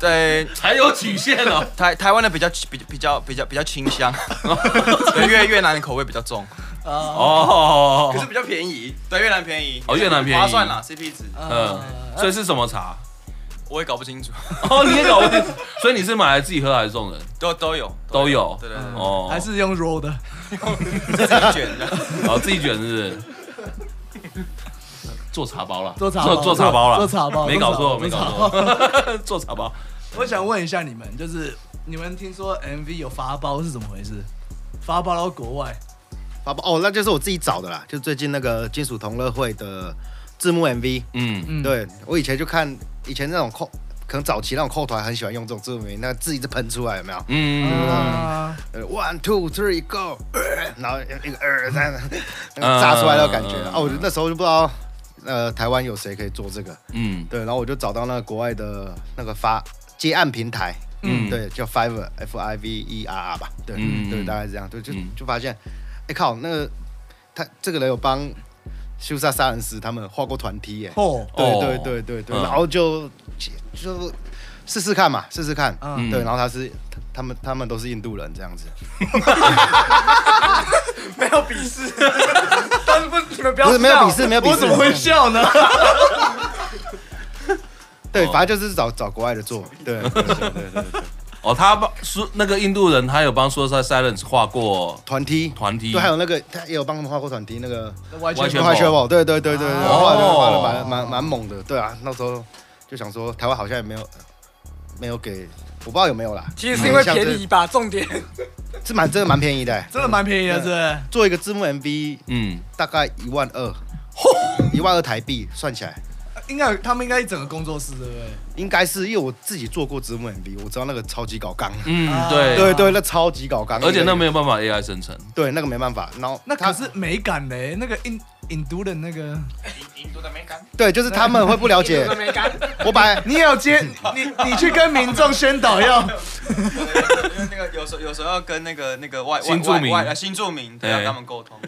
Speaker 7: 对，
Speaker 1: 还有曲线 哦，
Speaker 7: 台台湾的比较比比较比较比较清 香，对，越越南的口味比较重，
Speaker 1: 哦
Speaker 7: 可，是比较便宜，对，越南便宜，
Speaker 1: 哦越南便宜
Speaker 7: 划算啦，CP 值，
Speaker 1: 嗯，
Speaker 7: 呃
Speaker 1: 所以是什么茶？
Speaker 7: 我也搞不清楚，
Speaker 1: 哦，你也搞不定，所以你是买来自己喝还是送人？
Speaker 7: 都都有
Speaker 1: 都有
Speaker 7: 对对对，
Speaker 1: 哦，
Speaker 5: 还是用 roll 的？
Speaker 7: 自己卷 的，
Speaker 1: 哦自己卷是不是？做茶包了，
Speaker 5: 做茶包
Speaker 1: 做做茶包了，
Speaker 5: 做做茶包
Speaker 1: 没搞错，
Speaker 5: 做
Speaker 1: 没
Speaker 5: 茶
Speaker 1: 搞
Speaker 5: 包
Speaker 1: 错， 做茶包。
Speaker 5: 我想问一下你们，就是你们听说 MV 有发包是怎么回事？发包到国外，
Speaker 3: 好吧，哦，那就是我自己找的啦，就最近那个金属同乐会的字幕 MV，
Speaker 1: 嗯，
Speaker 5: 嗯，
Speaker 3: 对我以前就看以前那种扣，可能早期那种扣团很喜欢用这种字幕 MV，那个字一直喷出来，有没有？
Speaker 1: 嗯，
Speaker 5: 啊，
Speaker 3: 呃，one two three go，呃 然后一个二三，
Speaker 1: 嗯
Speaker 3: 那个炸出来的感觉
Speaker 1: 嗯嗯嗯
Speaker 3: 啊，我就那时候就不知道，呃，台湾有谁可以做这个，
Speaker 1: 嗯，
Speaker 3: 对，然后我就找到那个国外的那个发接案平台，
Speaker 1: 嗯
Speaker 3: 嗯，对，叫 Fiverr F I V E R R 吧，对，
Speaker 1: 嗯嗯
Speaker 3: 对，大概是这样，对，就
Speaker 1: 嗯
Speaker 3: 就发现，哎靠，那个他这个人有帮修缮杀人师他们画过团体耶，
Speaker 5: 哦，
Speaker 3: 对
Speaker 1: 哦
Speaker 3: 对对对对，
Speaker 1: 嗯
Speaker 3: 然后就就试试看嘛，试试看，
Speaker 5: 嗯
Speaker 3: 对，然后他是他他们他们都是印度人这样子，
Speaker 4: 没有鄙视， 但是不，你们不要
Speaker 3: 不是没有
Speaker 4: 笑
Speaker 3: 鄙视，没有鄙视，
Speaker 5: 我怎么会笑呢？
Speaker 3: 对，反正就是找找国外的做，对，对对对对对
Speaker 1: 哦，他帮苏那个印度人，他有帮说在 Silence 画过
Speaker 3: 团梯，
Speaker 1: 团体，
Speaker 3: 对，还有那个他也有帮他们画过团梯，那个
Speaker 5: 完
Speaker 1: 完全
Speaker 3: 快雪宝，对对对对对，
Speaker 5: 哦
Speaker 3: 画的画的蛮蛮蛮猛的，对啊，那时候就想说台湾好像也没有没有给，我不知道有没有啦，
Speaker 4: 其实是因为便宜吧，重点。
Speaker 3: 嗯是蛮真的蛮便宜的、欸，
Speaker 5: 真的蛮便宜的，是不是？
Speaker 3: 做一个字幕 MV
Speaker 1: 嗯，
Speaker 3: 大概一万二，一万二台币算起来。
Speaker 5: 应该有他们应该一整个工作室，对不对？
Speaker 3: 应该是因为我自己做过字幕 MV，我知道那个超级搞纲，
Speaker 1: 嗯，对，
Speaker 3: 啊对对，那超级搞纲，
Speaker 1: 而且那没有办法 AI 生成，
Speaker 3: 对那个没办法，然后
Speaker 5: 那
Speaker 3: 他
Speaker 5: 可是美感嘞，那个印印度的那个，
Speaker 7: 印度的美感，
Speaker 3: 对，就是他们会不了解，
Speaker 8: 没干，
Speaker 3: 我本来
Speaker 5: 你也有 接你你去跟民众宣导 要
Speaker 7: 对因为那个有时候有时候要跟那个那个外外
Speaker 1: 新住民
Speaker 7: 外外呃新住民，对，要跟他们沟通，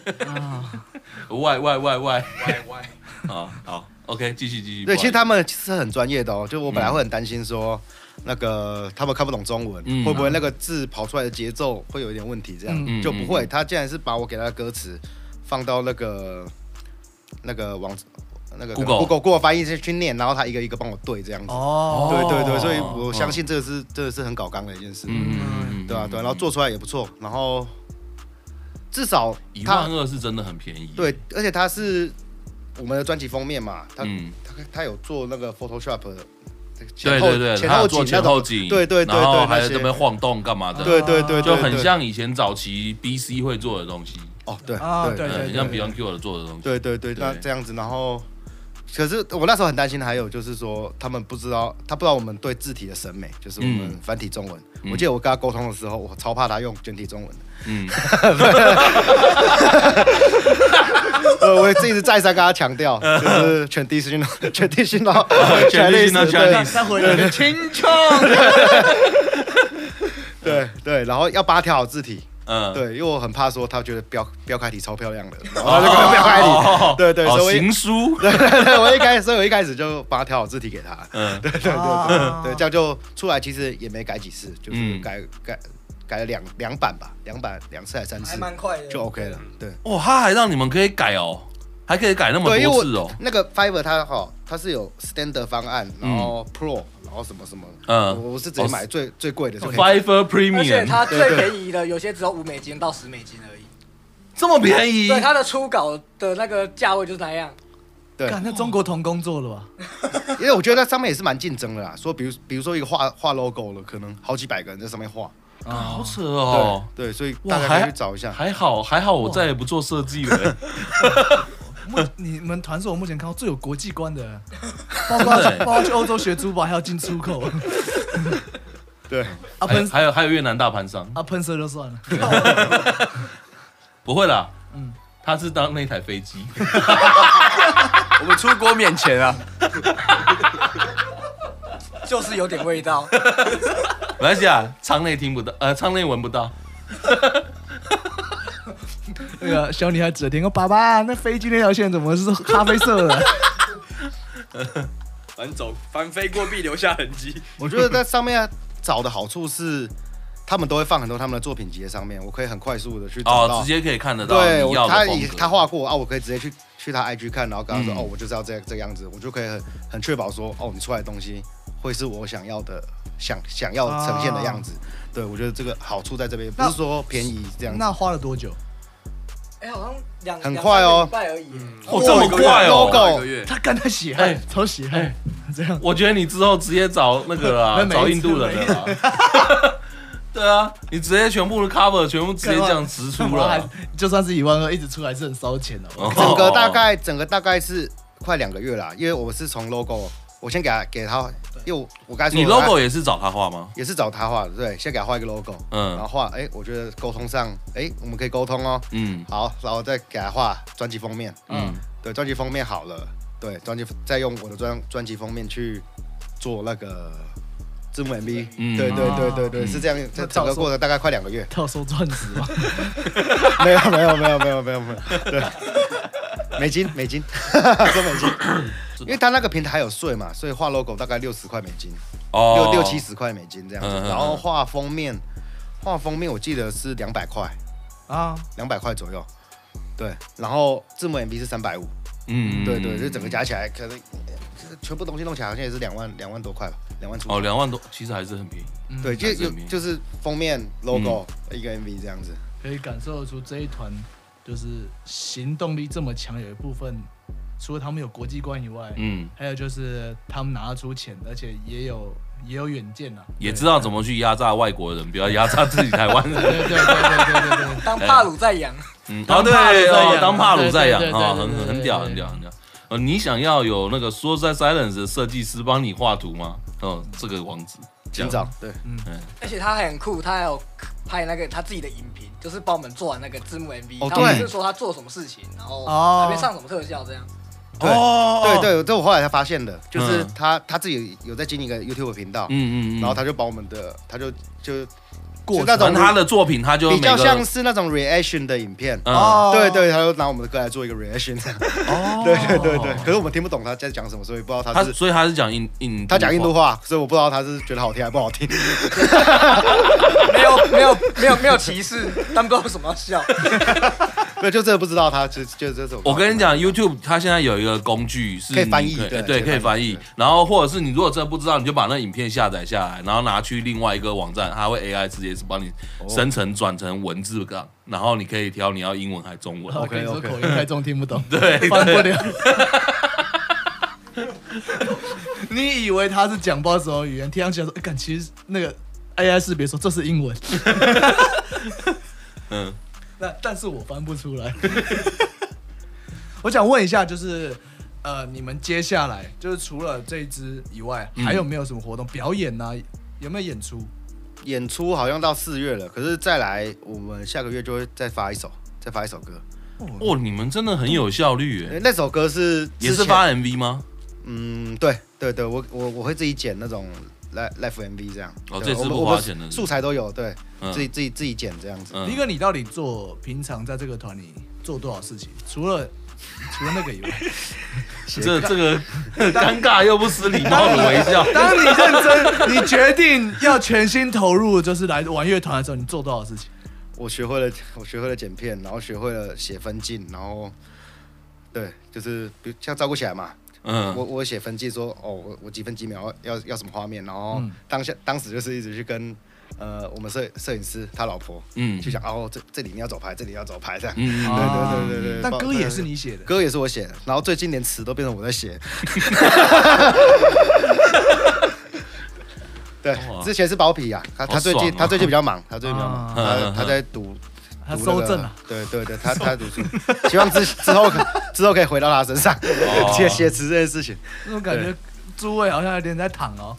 Speaker 1: 外外外外，
Speaker 7: 外外，
Speaker 1: 啊，好，OK，继续继续。
Speaker 3: 对，
Speaker 1: 不好意思
Speaker 3: 其实他们是很专业的哦，就我本来会很担心说。那个他们看不懂中文，
Speaker 1: 嗯
Speaker 3: 会不会那个字跑出来的节奏会有一点问题？这样、
Speaker 1: 嗯
Speaker 3: 就不会。他竟然是把我给他的歌词放到那个那个网那个
Speaker 1: Google
Speaker 3: Google 给我翻译去去念，然后他一个一个帮我对这样子。
Speaker 5: 哦
Speaker 3: 对对对，所以我相信这个是、这个是很搞纲的一件事。
Speaker 1: 嗯，嗯
Speaker 3: 对啊，对啊，然后做出来也不错，然后至少
Speaker 1: 一万
Speaker 3: 它
Speaker 1: 二是真的很便宜。
Speaker 3: 对，，而且它是我们的专辑封面嘛，它
Speaker 1: 嗯，
Speaker 3: 它它有做那个 Photoshop 的
Speaker 1: 对
Speaker 3: 前后
Speaker 1: 对对，
Speaker 3: 前
Speaker 1: 他有
Speaker 3: 后
Speaker 1: 做
Speaker 3: 景
Speaker 1: 前
Speaker 3: 那
Speaker 1: 后
Speaker 3: 种，
Speaker 1: 景，
Speaker 3: 对对对
Speaker 1: 然后
Speaker 3: 对
Speaker 1: 还
Speaker 3: 那
Speaker 1: 在
Speaker 3: 些
Speaker 1: 这边晃动干嘛的，
Speaker 3: 对对对，对
Speaker 1: 就很
Speaker 3: 对
Speaker 1: 像以前早期 BC 会做的东西，
Speaker 3: 哦，对
Speaker 5: 啊对
Speaker 1: 嗯
Speaker 5: 对
Speaker 1: 很像 Beyond Q 的做的东西。
Speaker 3: 对对对，
Speaker 1: 对
Speaker 3: 那这样子，然后可是我那时候很担心，还有就是说他们不知道，他不知道我们对字体的审美，就是我们
Speaker 1: 嗯
Speaker 3: 繁体中文。
Speaker 1: 嗯
Speaker 3: 我记得我跟他沟通的时候，我超怕他用简体中文的，
Speaker 1: 嗯，
Speaker 3: 呃，我也一直再三跟他强调，就是全地讯到全地讯到
Speaker 1: 哦全地讯到 Chinese
Speaker 3: Chinese，对
Speaker 5: 再回来清楚。
Speaker 3: 对对，然后要帮他调好字体，
Speaker 1: 嗯，
Speaker 3: 对，因为我很怕说他觉得标标楷体超漂亮的，然后就标楷体， 对对，
Speaker 1: 哦
Speaker 3: 所以我一
Speaker 1: 行书，
Speaker 3: 对对对，我一开始，所以我一开始就帮他调好字体给他，
Speaker 1: 嗯，
Speaker 3: 对对对
Speaker 5: 啊
Speaker 8: 哦
Speaker 3: 对对，这样就出来，其实也没改几次，就是
Speaker 1: 嗯
Speaker 3: 改改改了两两版吧，两版两次还是三
Speaker 8: 还
Speaker 3: 次
Speaker 8: 蛮快的，
Speaker 3: 就 OK 了，对。
Speaker 1: 哇，他还让你们可以改哦，还可以嗯改那么
Speaker 3: 对，因为
Speaker 1: 多次
Speaker 3: 我
Speaker 1: 哦，
Speaker 3: 那个 Fiverr 它哈，它是有 Standard 方案，然后 Pro，然后什么什么，
Speaker 1: 嗯哦
Speaker 3: 我我是直接买最最贵的就可以买，
Speaker 1: ，Fiverr
Speaker 8: 而且
Speaker 1: Premium
Speaker 8: 它最便宜的有些只有五美金到十美金而已，
Speaker 1: 这么便宜，
Speaker 8: 对，它的初稿的那个价位就是那样，
Speaker 3: 对，
Speaker 5: 看那中国童工做了吧？
Speaker 3: 因为我觉得那上面也是蛮竞争的啦，说比如比如说一个画画 logo 了，可能好几百个人在上面画，
Speaker 1: 啊好扯哦。
Speaker 3: 对，所以
Speaker 1: 哇
Speaker 3: 大家可以去找一下。
Speaker 1: 还好还好，我再也不做设计 了。欸
Speaker 5: 目你们团是我目前看到最有国际观 的，包括包括去欧洲学珠宝，还要进出口。
Speaker 3: 对，
Speaker 5: 啊
Speaker 1: 还
Speaker 5: 喷
Speaker 1: 还有还有越南大盘商，
Speaker 5: 啊喷射就算了，
Speaker 1: 不会啦，
Speaker 5: 嗯
Speaker 1: 他是当那台飞机，
Speaker 2: 我们出国免钱啊，
Speaker 8: 就是有点味道。
Speaker 1: 没关系啊，舱内听不到，呃，舱内闻不到。
Speaker 5: 那个小女孩指着天空，爸爸，那飞机那条线怎么是咖啡色的？
Speaker 7: 反走反飞过必留下痕迹。
Speaker 3: 我觉得在上面找的好处是，他们都会放很多他们的作品集在上面，我可以很快速的去找到。
Speaker 1: 哦，直接可以看得到
Speaker 3: 对，
Speaker 1: 你
Speaker 3: 我
Speaker 1: 要
Speaker 3: 他
Speaker 1: 的风
Speaker 3: 以
Speaker 1: 格。
Speaker 3: 他画过啊，我可以直接去去他 IG 看，然后跟他说、
Speaker 1: 嗯
Speaker 3: 哦，我就是要这样这个样子，我就可以很很确保说哦，你出来的东西会是我想要的，想想要呈现的样子。
Speaker 1: 啊
Speaker 3: 对，我觉得这个好处在这边，不
Speaker 5: 那
Speaker 3: 是说便宜这样子。
Speaker 5: 那花了多久？
Speaker 8: 哎，好像两
Speaker 3: 很快哦
Speaker 8: 两三个礼拜而已。
Speaker 1: 哦这么快哦
Speaker 3: ，logo
Speaker 7: 一个月，
Speaker 5: 他干他喜
Speaker 1: 哎
Speaker 5: 爱，超喜爱，这样。
Speaker 1: 我觉得你之后直接找那个 啦，
Speaker 5: 没
Speaker 1: 找印度人了啦。 对啊，你直接全部的 cover 全部直接这样直出
Speaker 5: 我还
Speaker 1: 了。
Speaker 5: 就算是一万二，一直出来是很烧钱的、哦。
Speaker 1: 哦
Speaker 3: 整个大概整个大概是快两个月啦，因为我是从 logo，我先给他给他，因为我我刚才说
Speaker 1: 你
Speaker 3: 我刚
Speaker 1: logo 也是找他画吗？
Speaker 3: 也是找他画的，对，先给他画一个 logo，然后
Speaker 1: 嗯
Speaker 3: 画，哎，我觉得沟通上，哎，我们可以沟通哦，
Speaker 1: 嗯
Speaker 3: 好，然后再给他画专辑封面，
Speaker 1: 嗯，
Speaker 3: 对，专辑封面好了，对，专辑再用我的专专辑封面去做那个字幕 MV，、
Speaker 1: 嗯
Speaker 3: 对对对对对，
Speaker 1: 嗯
Speaker 3: 是这样，这
Speaker 5: 那
Speaker 3: 整
Speaker 5: 到
Speaker 3: 个
Speaker 5: 时候，
Speaker 3: 过了大概快两个月
Speaker 5: 特收钻石嘛，
Speaker 3: 没有没有没有没有没有没有，对，美金美金， 说美金，因为他那个平台有税嘛，所以画 logo 大概六十块美金，
Speaker 1: 哦
Speaker 3: 六六七。十块美金这样
Speaker 1: 嗯嗯嗯
Speaker 3: 子，然后画封面，画封面我记得是两百块，
Speaker 5: 啊，
Speaker 3: 两百块左右。对，然后字幕 MV 是三百五，
Speaker 1: 嗯，嗯
Speaker 3: 对对，就整个加起来可能呃全部东西弄起来好像也是两万两万多块吧，两万出头。
Speaker 1: 哦，嗯两万多，其实还是很便宜。
Speaker 3: 对，就
Speaker 1: 还是
Speaker 3: 有
Speaker 1: 很便宜
Speaker 3: 就是封面
Speaker 1: 嗯
Speaker 3: logo 一个 MV 这样子。
Speaker 5: 可以感受得出这一团就是行动力这么强，有一部分除了他们有国际观以外，
Speaker 1: 嗯，
Speaker 5: 还有就是他们拿得出钱，而且也有也有远见呐、啊，
Speaker 1: 也知道怎么去压榨外国人，不要压榨自己台湾 人。
Speaker 5: 对。对对对对对对对，
Speaker 8: 当帕鲁在养，
Speaker 1: 嗯，
Speaker 5: 当
Speaker 1: 哦对
Speaker 5: 帕鲁在
Speaker 1: 哦
Speaker 5: 养，
Speaker 1: 当帕鲁在养
Speaker 5: 对对对
Speaker 1: 啊，
Speaker 5: 对对
Speaker 1: 很
Speaker 5: 对
Speaker 1: 很
Speaker 5: 对
Speaker 1: 很屌，
Speaker 5: 对
Speaker 1: 很屌，很屌。呃，你想要有那个说在 Silence 的设计师帮你画图吗？哦，这个网址，
Speaker 3: 寻找对，
Speaker 8: 而且他还很酷，他还有拍那个他自己的影评，就是帮我们做完那个字幕 MV，、
Speaker 3: 哦
Speaker 8: 他们
Speaker 3: 对
Speaker 8: 就说他做什么事情，然后
Speaker 5: 哦
Speaker 8: 那边上什么特效这样。
Speaker 3: 对
Speaker 1: 哦
Speaker 3: 对，对，这我后来才发现的，就是
Speaker 1: 嗯
Speaker 3: 他他自己有在经营一个 YouTube 频道，
Speaker 1: 嗯嗯嗯，
Speaker 3: 然后他就把我们的他就就
Speaker 5: 过
Speaker 3: 就那
Speaker 1: 反
Speaker 3: 种
Speaker 1: 正他的作品，他就
Speaker 3: 比较
Speaker 1: 每个
Speaker 3: 像是那种 reaction 的影片，
Speaker 1: 嗯，
Speaker 3: 对对，他就拿我们的歌来做一个 reaction，
Speaker 5: 哦
Speaker 3: 对对对对。可是我们听不懂他在讲什么，所以不知道他
Speaker 1: 他
Speaker 3: 是
Speaker 1: 所以他是讲印印，
Speaker 3: 他讲印度，话，所以我不知道他是觉得好听还不好 听。
Speaker 8: 没有没有没有没有歧视，但不知道为什么要笑。
Speaker 3: 对，就真的不知道他就就这种。
Speaker 1: 我跟你讲，YouTube 它现在有一个工具是
Speaker 3: 可以翻译
Speaker 1: 你
Speaker 3: 对
Speaker 1: 对，
Speaker 3: 可以
Speaker 1: 可以翻
Speaker 3: 翻译
Speaker 1: 译
Speaker 3: 对。
Speaker 1: 然后或者是你如果真的不知道，你就把那影片下载下来，然后拿去另外一个网站，它会 AI 直接是帮你
Speaker 3: 哦
Speaker 1: 生成转成文字档，然后你可以挑你要英文还是中文。
Speaker 5: 我跟
Speaker 3: OK，OK
Speaker 5: 你说口音太重听不懂，
Speaker 1: 对
Speaker 5: 放不
Speaker 1: 对
Speaker 5: 了。你 以为他是讲不知道什么语言，听上去说，感其实那个 AI 识别说这是英文，
Speaker 1: 嗯，
Speaker 5: 那但是我翻不出来。 我想问一下，就是呃，你们接下来就是除了这一支以外，
Speaker 1: 嗯
Speaker 5: 还有没有什么活动表演呢、有没有演出？
Speaker 3: 演出好像到四月了，可是再来我们下个月就会再发一首，再发一首歌。
Speaker 1: 哦，你们真的很有效率
Speaker 3: 诶
Speaker 5: 嗯
Speaker 1: 耶，
Speaker 3: 那首歌是之前
Speaker 1: 嗯也是发，MV 吗？
Speaker 3: 嗯，对对对，我我我会自己剪那种 live live MV 这样。
Speaker 1: 哦
Speaker 3: 对
Speaker 1: 这次
Speaker 3: 我们
Speaker 1: 不
Speaker 3: 我们
Speaker 1: 花钱的
Speaker 3: 素材都有，对，
Speaker 1: 嗯
Speaker 3: 自己自己自己剪这样子。
Speaker 1: 嗯
Speaker 5: 李哥，你到底做平常在这个团里做多少事情？除了除了那个以外，
Speaker 1: 这这个 尴尬又不失礼貌的微笑。
Speaker 5: 当你认真，你决定要全心投入，就是来玩乐团的时候，你做多少事情？
Speaker 3: 我学会了，我学会了剪片，然后学会了写分镜，然后对，就是比如像照顾起来嘛，我
Speaker 1: 嗯，
Speaker 3: 我写分记说，哦，我我几分几秒要要什么画面，然后
Speaker 5: 嗯
Speaker 3: 当下当时就是一直去跟呃我们摄摄影师他老婆，
Speaker 1: 嗯
Speaker 3: 嗯，就讲哦这这里你要走拍，这里要走拍这样，
Speaker 1: 嗯嗯
Speaker 3: 对对对对对，
Speaker 5: 但歌
Speaker 3: 包
Speaker 5: 也是。你写的，
Speaker 3: 歌也是我写的，然后最近连词都变成我在写。对
Speaker 1: 哇，
Speaker 3: 之前是包皮啊，他他最
Speaker 1: 好
Speaker 3: 近
Speaker 1: 爽哦
Speaker 3: 他最近比较忙，他最近比较忙，
Speaker 1: 啊
Speaker 3: 他他在读
Speaker 5: 他
Speaker 3: 读
Speaker 5: 收啊
Speaker 3: 那个
Speaker 5: 正了。
Speaker 3: 对对对，他他在读书，希望之之后可之后可以回到他身上，
Speaker 5: 哦
Speaker 3: 写写词这件事情。
Speaker 5: 那种感觉，诸位好像有点在躺 哦。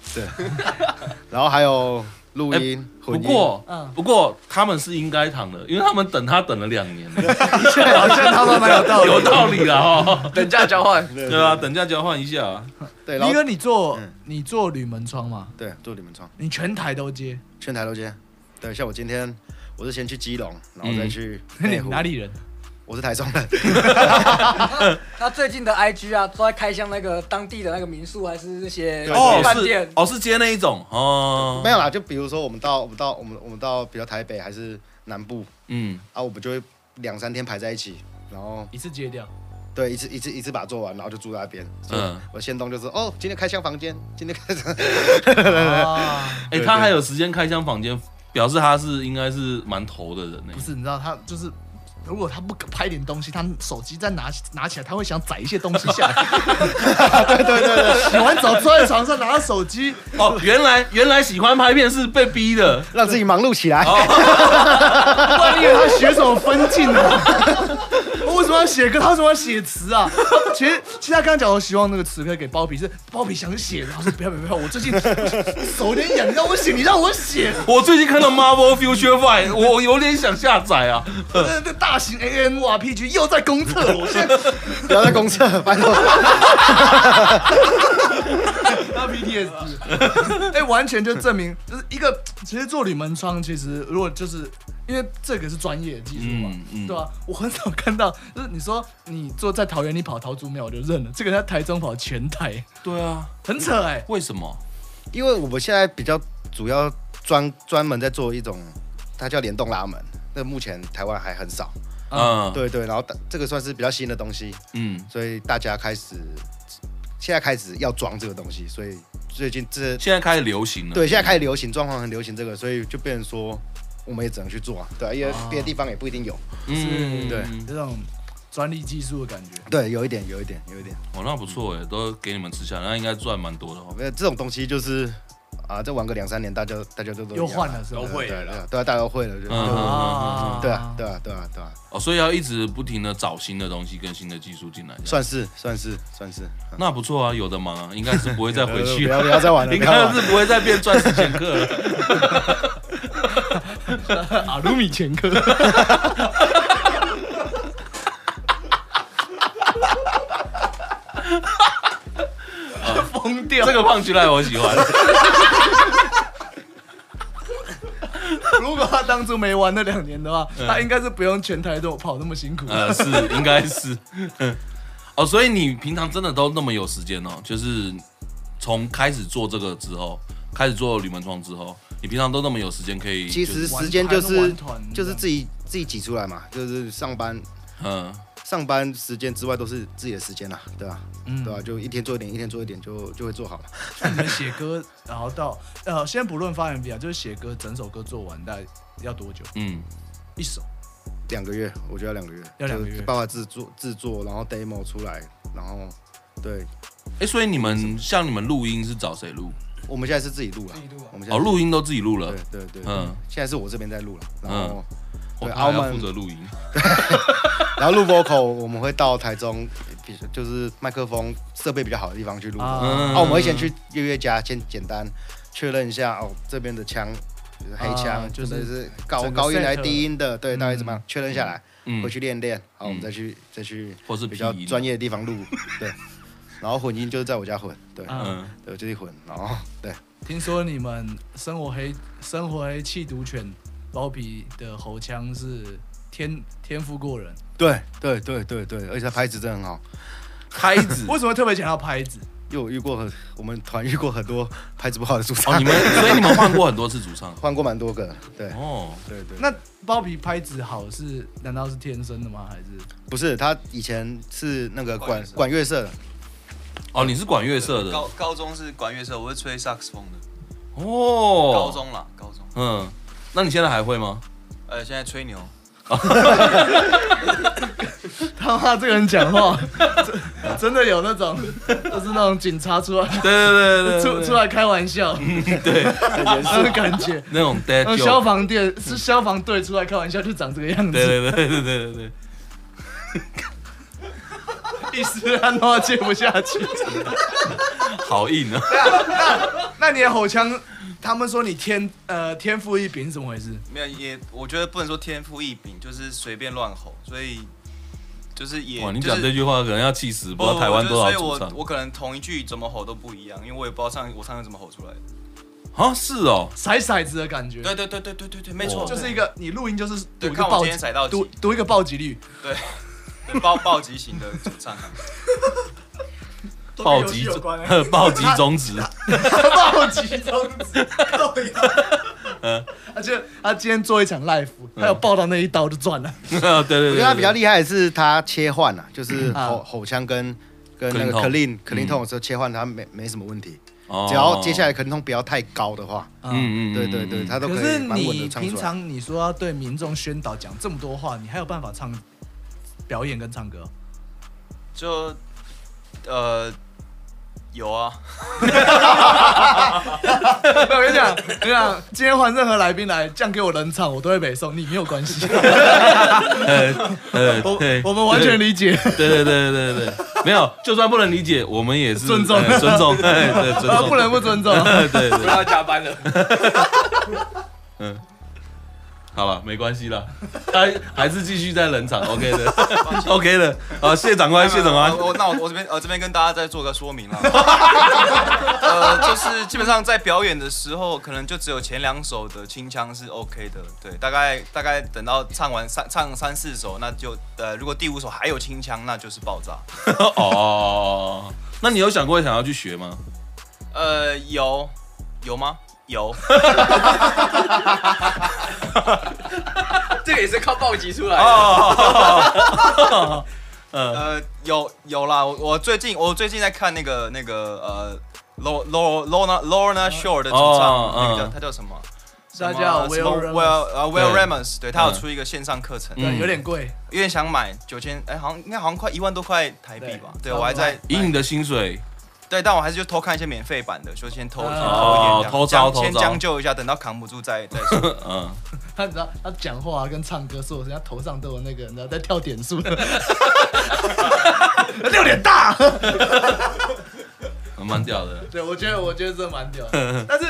Speaker 3: 然后还有录
Speaker 5: 哎
Speaker 3: 音、
Speaker 1: 不
Speaker 3: 混音，
Speaker 1: 过
Speaker 5: 嗯，
Speaker 1: 不过他们是应该躺的，因为他们等他等了两 年了，
Speaker 5: 好像他妈蛮有道理。
Speaker 1: 有道理啦哈。哦
Speaker 2: 等价交换，
Speaker 1: 对啊，等价交换一下啊。
Speaker 3: 对，然
Speaker 5: 你
Speaker 3: 后
Speaker 5: 哥，你做
Speaker 3: 嗯
Speaker 5: 你做铝门窗嘛，
Speaker 3: 对做铝门窗，
Speaker 5: 你全台都接，
Speaker 3: 全台都接。对，像我今天我是先去基隆，然后再
Speaker 1: 嗯
Speaker 3: 去
Speaker 5: 你
Speaker 3: 内湖。
Speaker 5: 哪里人？
Speaker 3: 我是台中 人，
Speaker 8: 那最近的 IG 啊，都在开箱那个当地的那个民宿，还是那些
Speaker 1: 哦
Speaker 8: 饭
Speaker 1: 是
Speaker 8: 店。
Speaker 1: 哦是接那一种哦
Speaker 3: 没，有啦，就比如说我们到我们到我们我们到比较台北还是南部
Speaker 1: 嗯
Speaker 3: 啊，我们就会两三天排在一起，然后
Speaker 5: 一次接掉，对
Speaker 3: 对一次一次一次把它做完，然后就住在那边。
Speaker 1: 嗯，
Speaker 3: 我先东就是哦，今天开箱房间，今天开箱，
Speaker 5: 啊
Speaker 1: 哎，他还有时间开箱房间，表示他是应该是蛮头的人呢
Speaker 5: 不。是你知道他就是。如果他不拍点东西，他手机再拿拿起来，他会想载一些东西下 来。对对对对，洗完澡坐在床上拿着手机，
Speaker 1: 哦，原来原来喜欢拍片是被逼的，
Speaker 3: 让自己忙碌起来。
Speaker 5: 不然你以为他学什么分镜啊？ 我为什么要写歌？他为什么要写词啊？其实，其实他刚刚讲，我希望那个词可以给包皮，是包皮想写的。他说不要不要不要，我最近手有点痒，你让我写，你让我写。
Speaker 1: 我最近看到 Marvel Future Fight，我有点想下载啊。
Speaker 5: 那那大型 A N R P G 又在公测，
Speaker 1: 哦
Speaker 5: 我现在
Speaker 3: 不要在公厕，拜托。
Speaker 5: 他 P T S D，哎，完全就证明，就是一个其实做铝门窗，其实如果就是因为这个是专业的技术嘛，
Speaker 1: 嗯嗯
Speaker 5: 对吧、我很少看到，就是你说你坐在桃园，你跑桃竹苗，我就认了。这个在台中跑全台，
Speaker 1: 对啊，
Speaker 5: 很扯哎、
Speaker 1: 为什么？
Speaker 3: 因为我们现在比较主要专专门在做一种，它叫联动拉门，那目前台湾还很少。
Speaker 1: 嗯，
Speaker 3: 啊对对，然后大这个算是比较新的东西，
Speaker 1: 嗯，
Speaker 3: 所以大家开始现在开始要装这个东西，所以最近这
Speaker 1: 现在开始流行了。
Speaker 3: 对现在开始流行，状况很流行这个，所以就变成说我们也只能去做啊，对啊，因为别的地方也不一定有。
Speaker 1: 嗯，
Speaker 3: 对
Speaker 5: 这种专利技术的感觉。
Speaker 3: 对，有一点，有一点，有一点。
Speaker 1: 哦，那不错哎，都给你们吃下来，那应该赚蛮多的哦。
Speaker 3: 呃，这种东西就是啊，再玩个两三年，大家大家就都一样
Speaker 5: 又换了是吧
Speaker 3: 对
Speaker 6: 都 会了
Speaker 3: 对啊对啊，大家都会了，就
Speaker 1: 嗯
Speaker 3: 就对啊，对啊，对啊，对啊，
Speaker 1: 哦，所以要一直不停的找新的东西跟新的技术进来。这样
Speaker 3: 算是算是算是。嗯
Speaker 1: 那不错啊，有的忙啊，应该是不 会再回
Speaker 3: 呃
Speaker 1: 去啊了，
Speaker 3: 不要不要再玩了，
Speaker 1: 应
Speaker 3: 不要
Speaker 1: 该
Speaker 3: 玩
Speaker 1: 是
Speaker 3: 了。
Speaker 1: 不会再变钻石前客了。
Speaker 5: 阿鲁啊米前科，
Speaker 1: 疯掉！啊这个胖橘来我喜欢。
Speaker 5: 如果他当初没玩那两年的话，他应该是不用全台都跑那么辛苦。
Speaker 1: 呃，是，应该是。 哦，所以你平常真的都那么有时间哦？就是从开始做这个之后，开始做铝门窗之后，你平常都那么有时间可以、
Speaker 3: 其实
Speaker 1: 就是
Speaker 3: 时间就
Speaker 5: 玩
Speaker 3: 是
Speaker 5: 团玩团
Speaker 3: 就是自己自己挤出来嘛，就是上班
Speaker 1: 嗯，
Speaker 3: 上班时间之外都是自己的时间啦，对吧？
Speaker 5: 嗯
Speaker 3: 对吧？啊就一天做一点，一天做一点，就就会做好了。
Speaker 5: 你们写歌，然后到呃，先不论发 MV 啊，就是写歌，整首歌做完大概要多久？
Speaker 1: 嗯，
Speaker 5: 一首
Speaker 3: 两个月，我觉得要两个月，
Speaker 5: 要两个月
Speaker 3: 就包括制作制作，然后 demo 出来，然后对，
Speaker 1: 哎、所以你们像你们录音是找谁录？
Speaker 3: 我们现在是自己录了，我们现在
Speaker 1: 哦，
Speaker 3: 是
Speaker 1: 录音都自己录了
Speaker 3: 对，对对，
Speaker 1: 嗯
Speaker 3: 嗯，现在是我这边在录了，然后、
Speaker 1: 我
Speaker 3: 对
Speaker 1: 还
Speaker 3: 澳
Speaker 1: 要
Speaker 3: 门
Speaker 1: 负责录音。
Speaker 3: 然后录 vocal，我们会到台中，比如就是麦克风设备比较好的地方去录。啊，
Speaker 1: 嗯
Speaker 5: 啊，
Speaker 3: 我们会先去月月家，先简单确认一下哦，这边的腔，就是黑腔，
Speaker 5: 啊就
Speaker 3: 就是是是高
Speaker 5: 整个
Speaker 3: 高音
Speaker 5: set
Speaker 3: 来低音的，对，大概怎么样，确认下来，
Speaker 1: 嗯
Speaker 3: 回去练练，好，我们
Speaker 1: 嗯
Speaker 3: 再去再去
Speaker 1: 或是
Speaker 3: 比较
Speaker 1: 拼音
Speaker 3: 专业的地方录， 对。然后混音就是在我家混，对，
Speaker 5: 啊
Speaker 1: 嗯，
Speaker 3: 对，我就是混，然后对，
Speaker 5: 听说你们生活黑生活黑气毒犬包皮的喉腔是天天赋过人，
Speaker 3: 对，对，对，对，对，而且他拍子真的很好，
Speaker 1: 拍子
Speaker 5: 为什么特别强调拍子？
Speaker 3: 因为我遇过很，我们团遇过很多拍子不好的主
Speaker 1: 哦，
Speaker 3: 唱
Speaker 1: 你，们所以你们换过很多次主唱
Speaker 3: 换过蛮多个， 对，
Speaker 1: 哦，
Speaker 3: 对对。
Speaker 5: 那包皮拍子好是难道是天生的吗？还是
Speaker 3: 不是，他以前是那个
Speaker 7: 管
Speaker 3: 管管乐
Speaker 7: 乐社
Speaker 3: 社的，
Speaker 1: 哦，你是管乐社的
Speaker 7: 高高中是管乐社，我是吹萨克斯风的。
Speaker 1: 哦，
Speaker 7: 高，中啦，高中。
Speaker 1: 嗯，那你现在还会吗？
Speaker 7: 呃，现在吹牛，
Speaker 5: 他妈这个人讲话， 真真的有那种，就是那种警察出 来
Speaker 1: 对对对对
Speaker 5: 出
Speaker 1: 对
Speaker 5: 出来开玩笑，对，那种感 觉。
Speaker 1: 那种 dead
Speaker 5: 那
Speaker 1: joke，
Speaker 5: 种消防队是消防队出来开玩笑，就长这个样
Speaker 1: 对
Speaker 5: 子，
Speaker 1: 对对对对对对。
Speaker 5: 一时安话接不下去。
Speaker 1: 好硬 啊！
Speaker 5: 那你的吼腔，他们说你天呃天赋异禀是怎么回事？
Speaker 7: 没有也，我觉得不能说天赋异禀，就是随便乱吼，所以就是也
Speaker 1: 哇，你
Speaker 7: 就是
Speaker 1: 讲这句话可能要气死，不
Speaker 3: 哦
Speaker 1: 知道台湾多少
Speaker 7: 我
Speaker 1: 主
Speaker 7: 觉得所以
Speaker 1: 唱
Speaker 7: 我我可能同一句怎么吼都不一样，因为我也不知道上我上次怎么吼出来的。
Speaker 1: 啊？是哦，
Speaker 5: 甩骰子的感觉，
Speaker 7: 对对对对对对对，没错，
Speaker 5: 就是一个你录音就是赌
Speaker 7: 对
Speaker 5: 一个
Speaker 7: 看我
Speaker 5: 暴
Speaker 7: 今天
Speaker 5: 击，
Speaker 7: 踩到
Speaker 5: 赌
Speaker 7: 几，
Speaker 5: 赌一个暴击率，
Speaker 7: 对，对暴暴击型的啊主唱，
Speaker 1: 暴击
Speaker 8: 有
Speaker 1: 中
Speaker 7: 啊
Speaker 8: 关
Speaker 1: 暴击中 指，
Speaker 5: 暴击中指，而且他今天做一场 live，他有爆到那一刀就赚了，
Speaker 1: 对对对，
Speaker 3: 我觉得他比较厉害的是他切换啊，就是
Speaker 5: 啊
Speaker 3: 吼吼腔跟跟那
Speaker 1: Clean
Speaker 3: 个
Speaker 1: tone
Speaker 3: clean
Speaker 1: 嗯
Speaker 3: clean tone 的时候切换，他没没什么问题。
Speaker 1: 哦
Speaker 3: 只要接下来 clean tone 不要太高的话，
Speaker 5: 啊
Speaker 1: 嗯嗯，嗯
Speaker 3: 对对对，。 他都
Speaker 5: 可
Speaker 3: 可
Speaker 5: 是
Speaker 3: 以蛮稳
Speaker 5: 你
Speaker 3: 的唱
Speaker 5: 平
Speaker 3: 出来。
Speaker 5: 常你说要对民众宣导讲这么多话，你还有办法唱表演跟唱歌？
Speaker 7: 就呃 有啊，
Speaker 5: 没有我跟你讲，我跟你讲，今天换任何来宾来，这样给我冷场，我都会北送，你没有关系。
Speaker 1: 呃呃，
Speaker 5: 我
Speaker 1: 对
Speaker 5: 我们完全理解。
Speaker 1: 对对对对对对，没有，就算不能理解，我们也是
Speaker 5: 尊重
Speaker 1: 呃尊重，哎对 尊
Speaker 5: 啊，
Speaker 1: 重，
Speaker 5: 不能不 尊重。
Speaker 1: 对 对对，
Speaker 2: 要加班了。
Speaker 1: 好了，没关系了，还还是继续在冷场，OK 的 ，OK 的，好，谢长官，谢长啊官哦
Speaker 7: 我，我那我我这边呃这边跟大家再做个说明了， 呃，就是基本上在表演的时候，可能就只有前两首的清腔是 OK 的，对，大概大概等到唱完三唱三四首，那就呃如果第五首还有清腔，那就是爆炸。
Speaker 1: 哦，那你有想过想要去学吗？
Speaker 7: 呃，有有吗？有，
Speaker 2: 这个也是靠暴击出
Speaker 5: 哎
Speaker 2: 来的。
Speaker 1: 嗯
Speaker 7: 呃，有有啦，我我最近我最近在看那个那个呃，Lo Lo Lorna Lorna Shore 的主
Speaker 1: 哦
Speaker 7: 唱，那个叫
Speaker 1: 嗯
Speaker 7: 他叫什么？啊
Speaker 5: 大家好
Speaker 7: 什么
Speaker 5: Will
Speaker 7: Will 呃 Will
Speaker 1: 对
Speaker 7: Ramos，对他有
Speaker 1: 嗯
Speaker 7: 出一个线上课程，
Speaker 1: 嗯
Speaker 5: 对，有点贵，
Speaker 7: 有点想买九千，哎，好像应该好像快一万多块台币吧？
Speaker 5: 对
Speaker 7: 对，我还在
Speaker 1: 以你的薪水，
Speaker 7: 对，但我还是就偷看一些免费版的，就先偷先
Speaker 1: 哦
Speaker 7: 偷一点，
Speaker 1: 偷
Speaker 7: 这样
Speaker 1: 招偷
Speaker 7: 先
Speaker 1: 招
Speaker 7: 将就一下，等到扛不住再再说。
Speaker 1: 嗯，
Speaker 5: 他你知道，他讲话、跟唱歌，所有人家头上都有那个，你知道在跳点 数，六点大。
Speaker 1: 蛮屌的，
Speaker 5: 对，我觉得我觉得这蛮屌的，但是。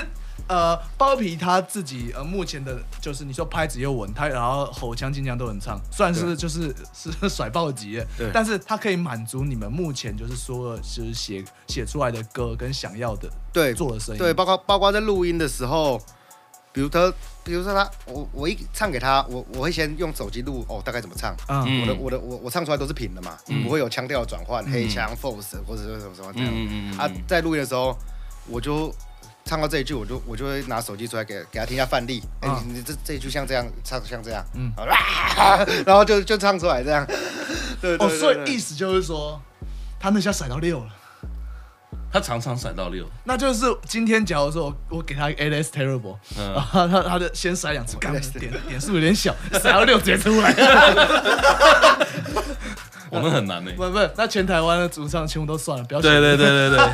Speaker 5: 呃，包皮他自己呃，目前的就是你说拍子又稳，他然后吼腔、进腔都能唱，虽然是就是是 甩爆级，
Speaker 3: 对
Speaker 5: 但是他可以满足你们目前就是说就是写写出来的歌跟想要的
Speaker 3: 对
Speaker 5: 做的声音，
Speaker 3: 对，包括包括在录音的时候，比如他，比如说他，我我一唱给他，我我会先用手机录哦，大概怎么唱。
Speaker 5: 嗯，
Speaker 1: 嗯
Speaker 3: 我的我的我我唱出来都是平的嘛，不会有腔调转换，黑腔、force 或者是什么什么这样。
Speaker 1: 嗯嗯嗯嗯
Speaker 3: 啊，在录音的时候，我就唱到这一句，我就我就会拿手机出来给给他听一下范例，哎、
Speaker 5: 啊
Speaker 3: 你你这这一句像这样唱像这样，
Speaker 5: 嗯
Speaker 3: 嗯，啊、然后就就唱出来这样，对对
Speaker 5: 哦，
Speaker 3: 对
Speaker 5: 所
Speaker 3: 对
Speaker 5: 以意思就是说，他那下甩到六了，
Speaker 1: 他常常闪到六，
Speaker 5: 那就是今天假如说我我给他 LS terrible，
Speaker 1: 嗯
Speaker 5: 然后 他他的先甩两次，干点点数有点小，甩到六直接出来，
Speaker 1: 我们很难欸呢。
Speaker 5: 不不，那全台湾的主唱全部都算了，不要选
Speaker 1: 对对对对对。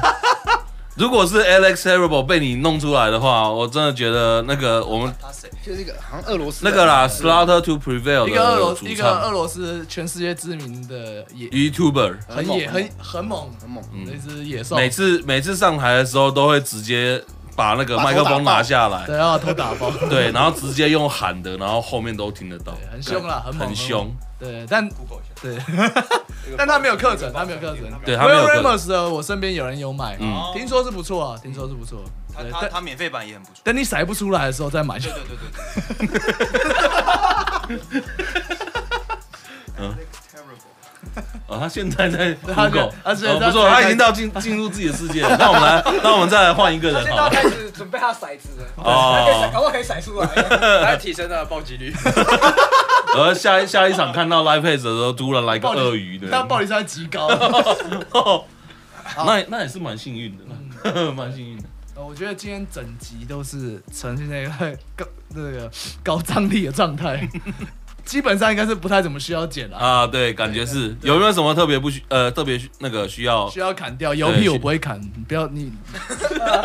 Speaker 1: 如果是 Alex Terrible 被你弄出来的话，我真的觉得那个我们
Speaker 7: 他谁？
Speaker 3: 就是一个好像俄罗斯
Speaker 1: 那
Speaker 3: 人
Speaker 1: 个啦，Slaughter to Prevail
Speaker 5: 一个俄
Speaker 1: 的
Speaker 5: 罗
Speaker 1: 主
Speaker 5: 一个俄
Speaker 1: 唱嗯
Speaker 5: 罗斯全世界知名的野
Speaker 1: YouTuber，
Speaker 5: 很
Speaker 3: 猛
Speaker 5: 野很很猛嗯
Speaker 3: 很猛，
Speaker 5: 那只野兽，
Speaker 1: 每次每次上台的时候都会直接把那个麦克风拿下来，
Speaker 5: 对啊，偷打包，
Speaker 1: 对，然后直接用喊的，然后后面都听得到，
Speaker 5: 很凶啦，很猛，
Speaker 1: 很凶
Speaker 5: 猛。。对，但
Speaker 7: Google 一下
Speaker 5: 对， 但他没有课程，他没有课程。
Speaker 1: 对他没
Speaker 5: Will
Speaker 1: 有跟
Speaker 5: Ramos 的，我身边有人有买，
Speaker 1: 嗯
Speaker 5: 听说是不错啊，听说是不错。
Speaker 7: 他
Speaker 5: 对，
Speaker 7: 他
Speaker 5: 但
Speaker 7: 他免费版也很不错。
Speaker 5: 等你甩不出来的时候再买。
Speaker 7: 对对对对。
Speaker 1: 哦，他现在在
Speaker 5: 他
Speaker 1: Google，
Speaker 5: 他现在
Speaker 1: 哦不错，
Speaker 5: 他
Speaker 1: 他已经到进进入自己的世界 了。那我们来，那我们再来换一个人
Speaker 8: 现
Speaker 1: 好
Speaker 8: 在
Speaker 1: 了。
Speaker 8: 开始准备他的骰子了，他可以甩
Speaker 1: 哦，
Speaker 8: 搞不好可以甩啊哎出来。
Speaker 2: 他提升了暴击率。
Speaker 1: 然后下一下一场看到 Live Page 的时候，突然来个
Speaker 5: 暴力
Speaker 1: 鳄鱼的，
Speaker 5: 但暴力山极高， 呃
Speaker 1: 哦那也那也是蛮幸运的， 蛮幸运的。
Speaker 5: 呃我觉得今天整集都是呈现在一个高那个高张力的状态， 基本上应该是不太怎么需要剪了。
Speaker 1: 啊，对，感觉是有没有什么特别不需呃特别需那个需要
Speaker 5: 需要砍掉油屁，
Speaker 1: 对
Speaker 5: 我不会砍，你不要 你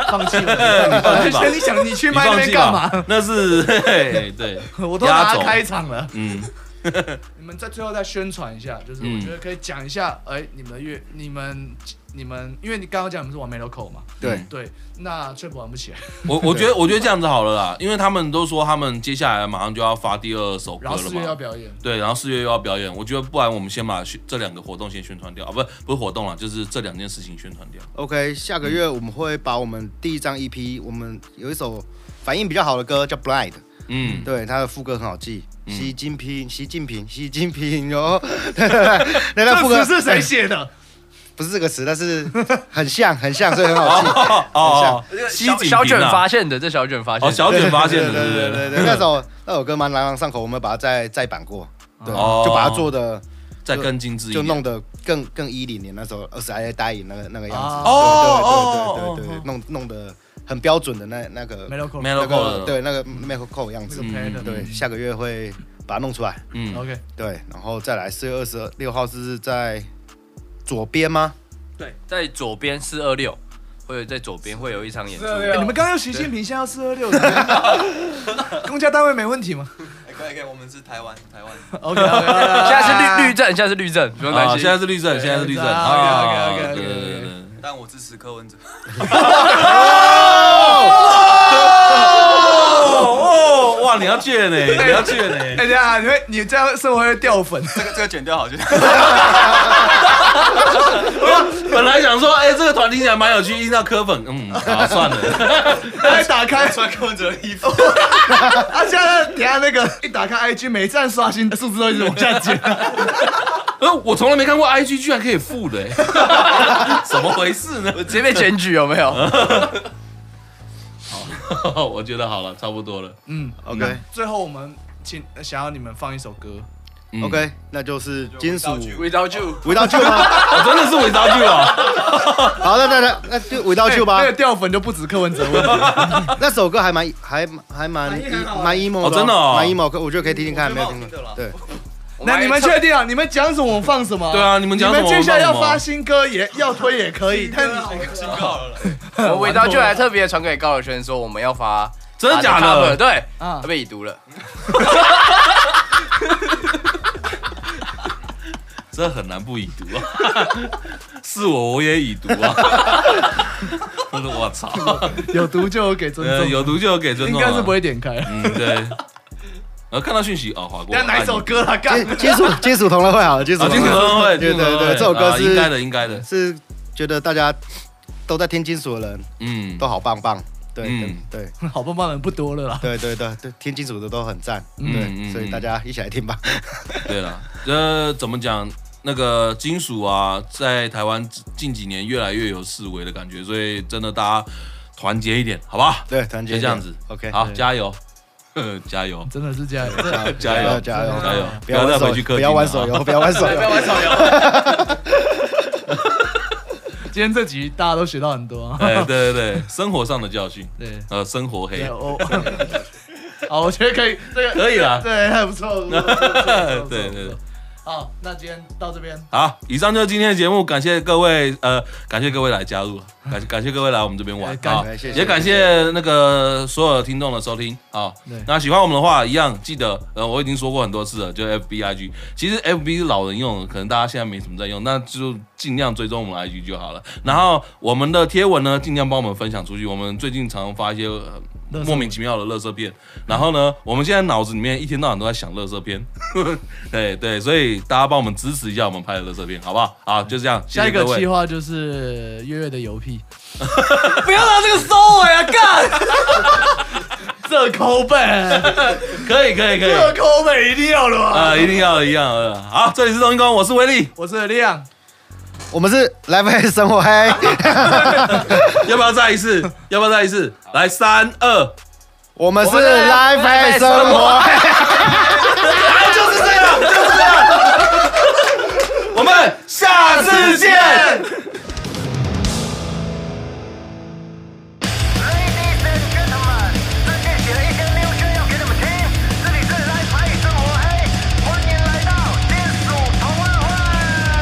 Speaker 5: 放弃 我，
Speaker 1: 你放弃吧
Speaker 5: 你想你去
Speaker 1: 你
Speaker 5: 麦那
Speaker 1: 放
Speaker 5: 边
Speaker 1: 弃
Speaker 5: 干
Speaker 1: 吧
Speaker 5: 嘛？？
Speaker 1: 那是嘿对，
Speaker 5: 我都拿
Speaker 1: 压
Speaker 5: 它
Speaker 1: 轴
Speaker 5: 开场了，
Speaker 1: 嗯，
Speaker 5: 你们在最后再宣传一下，就是我
Speaker 1: 嗯
Speaker 5: 觉得可以讲一下，哎、你们的乐，你们你们，因为你刚刚讲你们是完美 local 嘛，
Speaker 1: 嗯
Speaker 3: 对，
Speaker 5: 对，那确保玩不起来，
Speaker 1: 我我觉得我觉得这样子好了啦，因为他们都说他们接下来马上就要发第二首歌
Speaker 5: 然后四月要
Speaker 1: 了嘛。
Speaker 5: 表演，
Speaker 1: 对，然后四月又要表演，我觉得不然我们先把宣这两个活动先宣传掉啊，不是不是活动了，就是这两件事情宣传掉。
Speaker 3: OK，下个月我们会把我们第一张 EP，我们有一首反应比较好的歌叫《Blind》，
Speaker 1: 嗯，
Speaker 3: 对，它的副歌很好记。
Speaker 1: 嗯
Speaker 3: 习近平，习近平，习近平哦 哟！那那副歌
Speaker 5: 这词是谁写的？
Speaker 3: 不是这个词，但是很像，很像，所以很好
Speaker 5: 嗯
Speaker 3: 记。
Speaker 1: 哦哦，西
Speaker 2: 小
Speaker 1: 景
Speaker 2: 小卷
Speaker 1: 平啊
Speaker 2: 发现的，这小卷发现
Speaker 1: 哦，
Speaker 2: 的
Speaker 1: 小卷发现
Speaker 3: 对
Speaker 1: 的，
Speaker 3: 对对对
Speaker 1: 嗯
Speaker 3: 对，那首那首歌蛮朗朗上口，我们把它再再版过，对，
Speaker 1: 哦
Speaker 3: 就把它做的
Speaker 1: 再更精致一
Speaker 3: 就
Speaker 1: 点，
Speaker 3: 弄得更更一零年那时候二十 I 大影那个那个样子，
Speaker 5: 啊
Speaker 1: 哦
Speaker 3: 对对对对对
Speaker 1: 哦
Speaker 3: 对，弄弄得很标准的那那个
Speaker 5: 没 local，
Speaker 1: 没
Speaker 3: 那
Speaker 1: logo
Speaker 3: 个
Speaker 1: 了，
Speaker 3: 对那个 m a c o 样
Speaker 5: 那
Speaker 3: 子
Speaker 5: 个，
Speaker 1: 嗯
Speaker 5: pattern，
Speaker 3: 对，下个月会把它弄出来，
Speaker 1: 嗯，
Speaker 5: ，OK，
Speaker 3: 对，然后再来四月二十六号是在左边吗？
Speaker 2: 在左边四二六，或者在左边会有一场演出。
Speaker 5: 哎你们刚刚用习近平，现在要四二六，公家单位没问题吗
Speaker 7: 哎可以可以，我们是台湾台湾。
Speaker 5: ？OK，现
Speaker 2: 现在是绿绿阵，现在是绿阵，不用担
Speaker 1: 啊，
Speaker 2: 心。
Speaker 1: 现在是绿色，现在是绿色
Speaker 5: 对
Speaker 1: 啊，
Speaker 5: OK，OK，OK，OK，OK
Speaker 1: 对对对对。
Speaker 7: 但我支持柯文哲。
Speaker 1: 哦哦，哇，你要借呢，你要借呢，
Speaker 5: 哎，等一下，你会你这样生活会掉粉，
Speaker 7: 这个这个剪掉好，就
Speaker 1: 本来想说，哎，这个团听起来蛮有趣，听到柯粉，嗯，好，算了，
Speaker 5: 来打开，
Speaker 7: 穿柯文哲的衣服。
Speaker 5: 啊，现在等一下那个一打开 IG，每一站刷新的数字都一直往下减。
Speaker 1: 呃，我从来没看过 IG 居然可以付的，怎么回事呢？
Speaker 2: 我直接被检举有没有？
Speaker 1: 啊我觉得好了，差不多了。
Speaker 5: 嗯
Speaker 3: OK
Speaker 5: 最后我们请呃想要你们放一首歌，
Speaker 1: 嗯
Speaker 3: OK，那就是金属
Speaker 2: Without you，
Speaker 3: Without You 吗？
Speaker 1: 哦真的是伪造剧啊！
Speaker 3: 好，那那那那就 Without You 吧
Speaker 5: 哎那个。掉粉啊就不止柯文哲问 题，
Speaker 3: 那首歌还蛮还还蛮
Speaker 8: 反应很好
Speaker 3: 蛮 emo
Speaker 1: 哦真的哦
Speaker 3: 蛮 emo，可我觉得可以听听看，没有听
Speaker 7: 我觉得
Speaker 3: 过
Speaker 7: 蛮好。
Speaker 3: 对，
Speaker 5: 那你们确定啊？你们讲什么我放什么？啊
Speaker 1: 对啊你们讲什么
Speaker 5: 你们接下来要
Speaker 1: 我放什
Speaker 5: 发
Speaker 1: 么
Speaker 5: 新歌也要推也可以，但你
Speaker 2: 我 Without you 还特别传给高尔轩说我们要发，
Speaker 1: 真的假的
Speaker 2: cover，对，
Speaker 5: 啊
Speaker 2: 他被已读了。
Speaker 1: 这很难不已读啊！是我，我也已读啊！我说我操，
Speaker 5: 有毒就有给尊
Speaker 1: 呃，
Speaker 5: 重，
Speaker 1: 有读就有给尊
Speaker 5: 应
Speaker 1: 重啊，
Speaker 5: 该是不会点开。
Speaker 1: 嗯，对。 然后看到讯息哦，划过。
Speaker 5: 那哪一首歌啊？干，
Speaker 3: 金金属金属同乐会好了，金属
Speaker 1: 啊，
Speaker 3: 同
Speaker 1: 金
Speaker 3: 乐
Speaker 1: 属
Speaker 3: 会
Speaker 1: 同乐会，金
Speaker 3: 对对
Speaker 1: 属同乐
Speaker 3: 对
Speaker 1: 会
Speaker 3: 这首歌
Speaker 1: 啊
Speaker 3: 是
Speaker 1: 应该的，应该的，
Speaker 3: 是觉得大家都在听金属的人
Speaker 1: 嗯
Speaker 3: 都，好棒棒，对
Speaker 1: 嗯
Speaker 3: 对
Speaker 5: 好棒棒的人不多了啦。
Speaker 3: 对对对对，听金属的都很赞，
Speaker 5: 嗯
Speaker 1: 嗯
Speaker 3: 对，所以大家一起来听吧。
Speaker 1: 对了，呃，怎么讲？那个金属啊，在台湾近几年越来越有示威的感觉，所以真的大家团结一点，好吧？
Speaker 3: 对，团结
Speaker 1: 就这样子
Speaker 3: ，OK，
Speaker 1: 好，
Speaker 5: 对
Speaker 1: 加油， 加油，
Speaker 5: 真的是这样，
Speaker 1: 加油
Speaker 3: 加油
Speaker 1: 加油！
Speaker 3: 不要
Speaker 1: 再
Speaker 3: 玩手
Speaker 1: 回去氪金了啊，
Speaker 3: 不要玩手游，不要 玩手游，
Speaker 5: 今天这集大家都学到很 多啊。
Speaker 1: 哎，对对对，生活上的教训，
Speaker 5: 对，
Speaker 1: 呃，生活黑
Speaker 5: 对，我， 好，我觉得可以，这个
Speaker 1: 可以啦。
Speaker 5: 对，还不错，不错不错不错不错不错
Speaker 1: 对对对
Speaker 5: 好，那今天到这边，
Speaker 1: 好，以上就是今天的节目，感谢各位，呃，感谢各位来加入， 感感谢各位来我们这边玩
Speaker 5: 哎，感
Speaker 1: 啊
Speaker 3: 谢谢谢
Speaker 1: 也感谢那个所有听众的收听啊
Speaker 5: 对。
Speaker 1: 那喜欢我们的话，一样记得，呃，我已经说过很多次了，就 F B I G，其实 F B 是老人用的，可能大家现在没什么在用，那就尽量追踪我们 I G 就好了。然后我们的贴文呢，尽量帮我们分享出去。我们最近常发一些、呃
Speaker 5: 垃圾
Speaker 1: 莫名其妙的乐色片，然后呢，我们现在脑子里面一天到晚都在想乐色片，对对，所以大家帮我们支持一下我们拍的乐色片，好不好？好，就这样，谢
Speaker 5: 下
Speaker 1: 谢
Speaker 5: 一
Speaker 1: 各
Speaker 5: 个
Speaker 1: 位
Speaker 5: 计。划就是月月的油屁，
Speaker 4: 不要拿这个收尾啊！干，
Speaker 5: 这抠本，
Speaker 1: 可以可以可 以，
Speaker 5: 这抠本一定要的吧？
Speaker 1: 啊，一定要的一样的。好，这里是东英公，我是威 力，
Speaker 5: 我是亮，
Speaker 3: 我们是来杯生活 黑。
Speaker 1: 要不要再一次？要不要再一次？来，三二，
Speaker 3: 我们是 Life 爱生活，
Speaker 1: 就是这样，就是这样。我们下次见。
Speaker 9: Ladies and gentlemen，这是写了一些 new 歌要给你们听。这里是来拍生活黑，欢迎来到金属同乐会。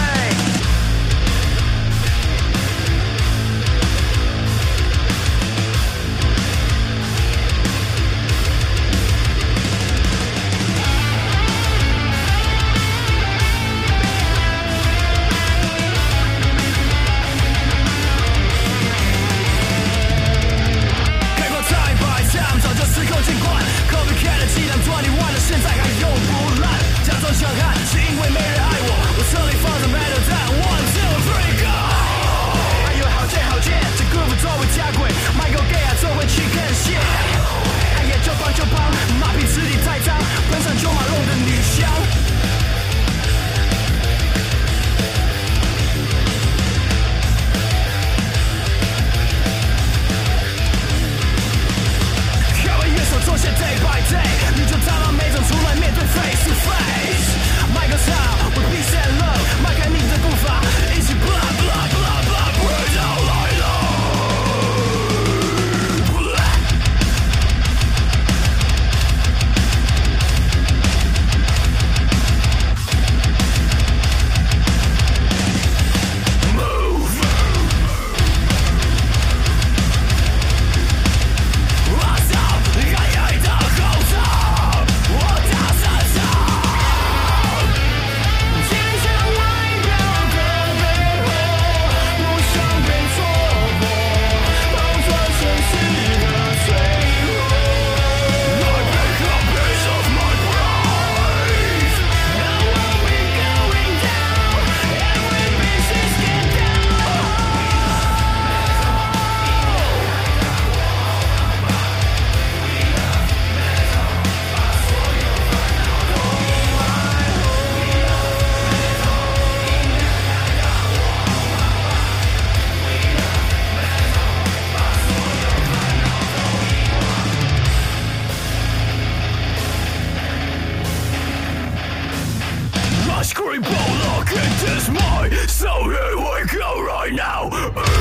Speaker 10: Hey, can taste my soul here we go right now oh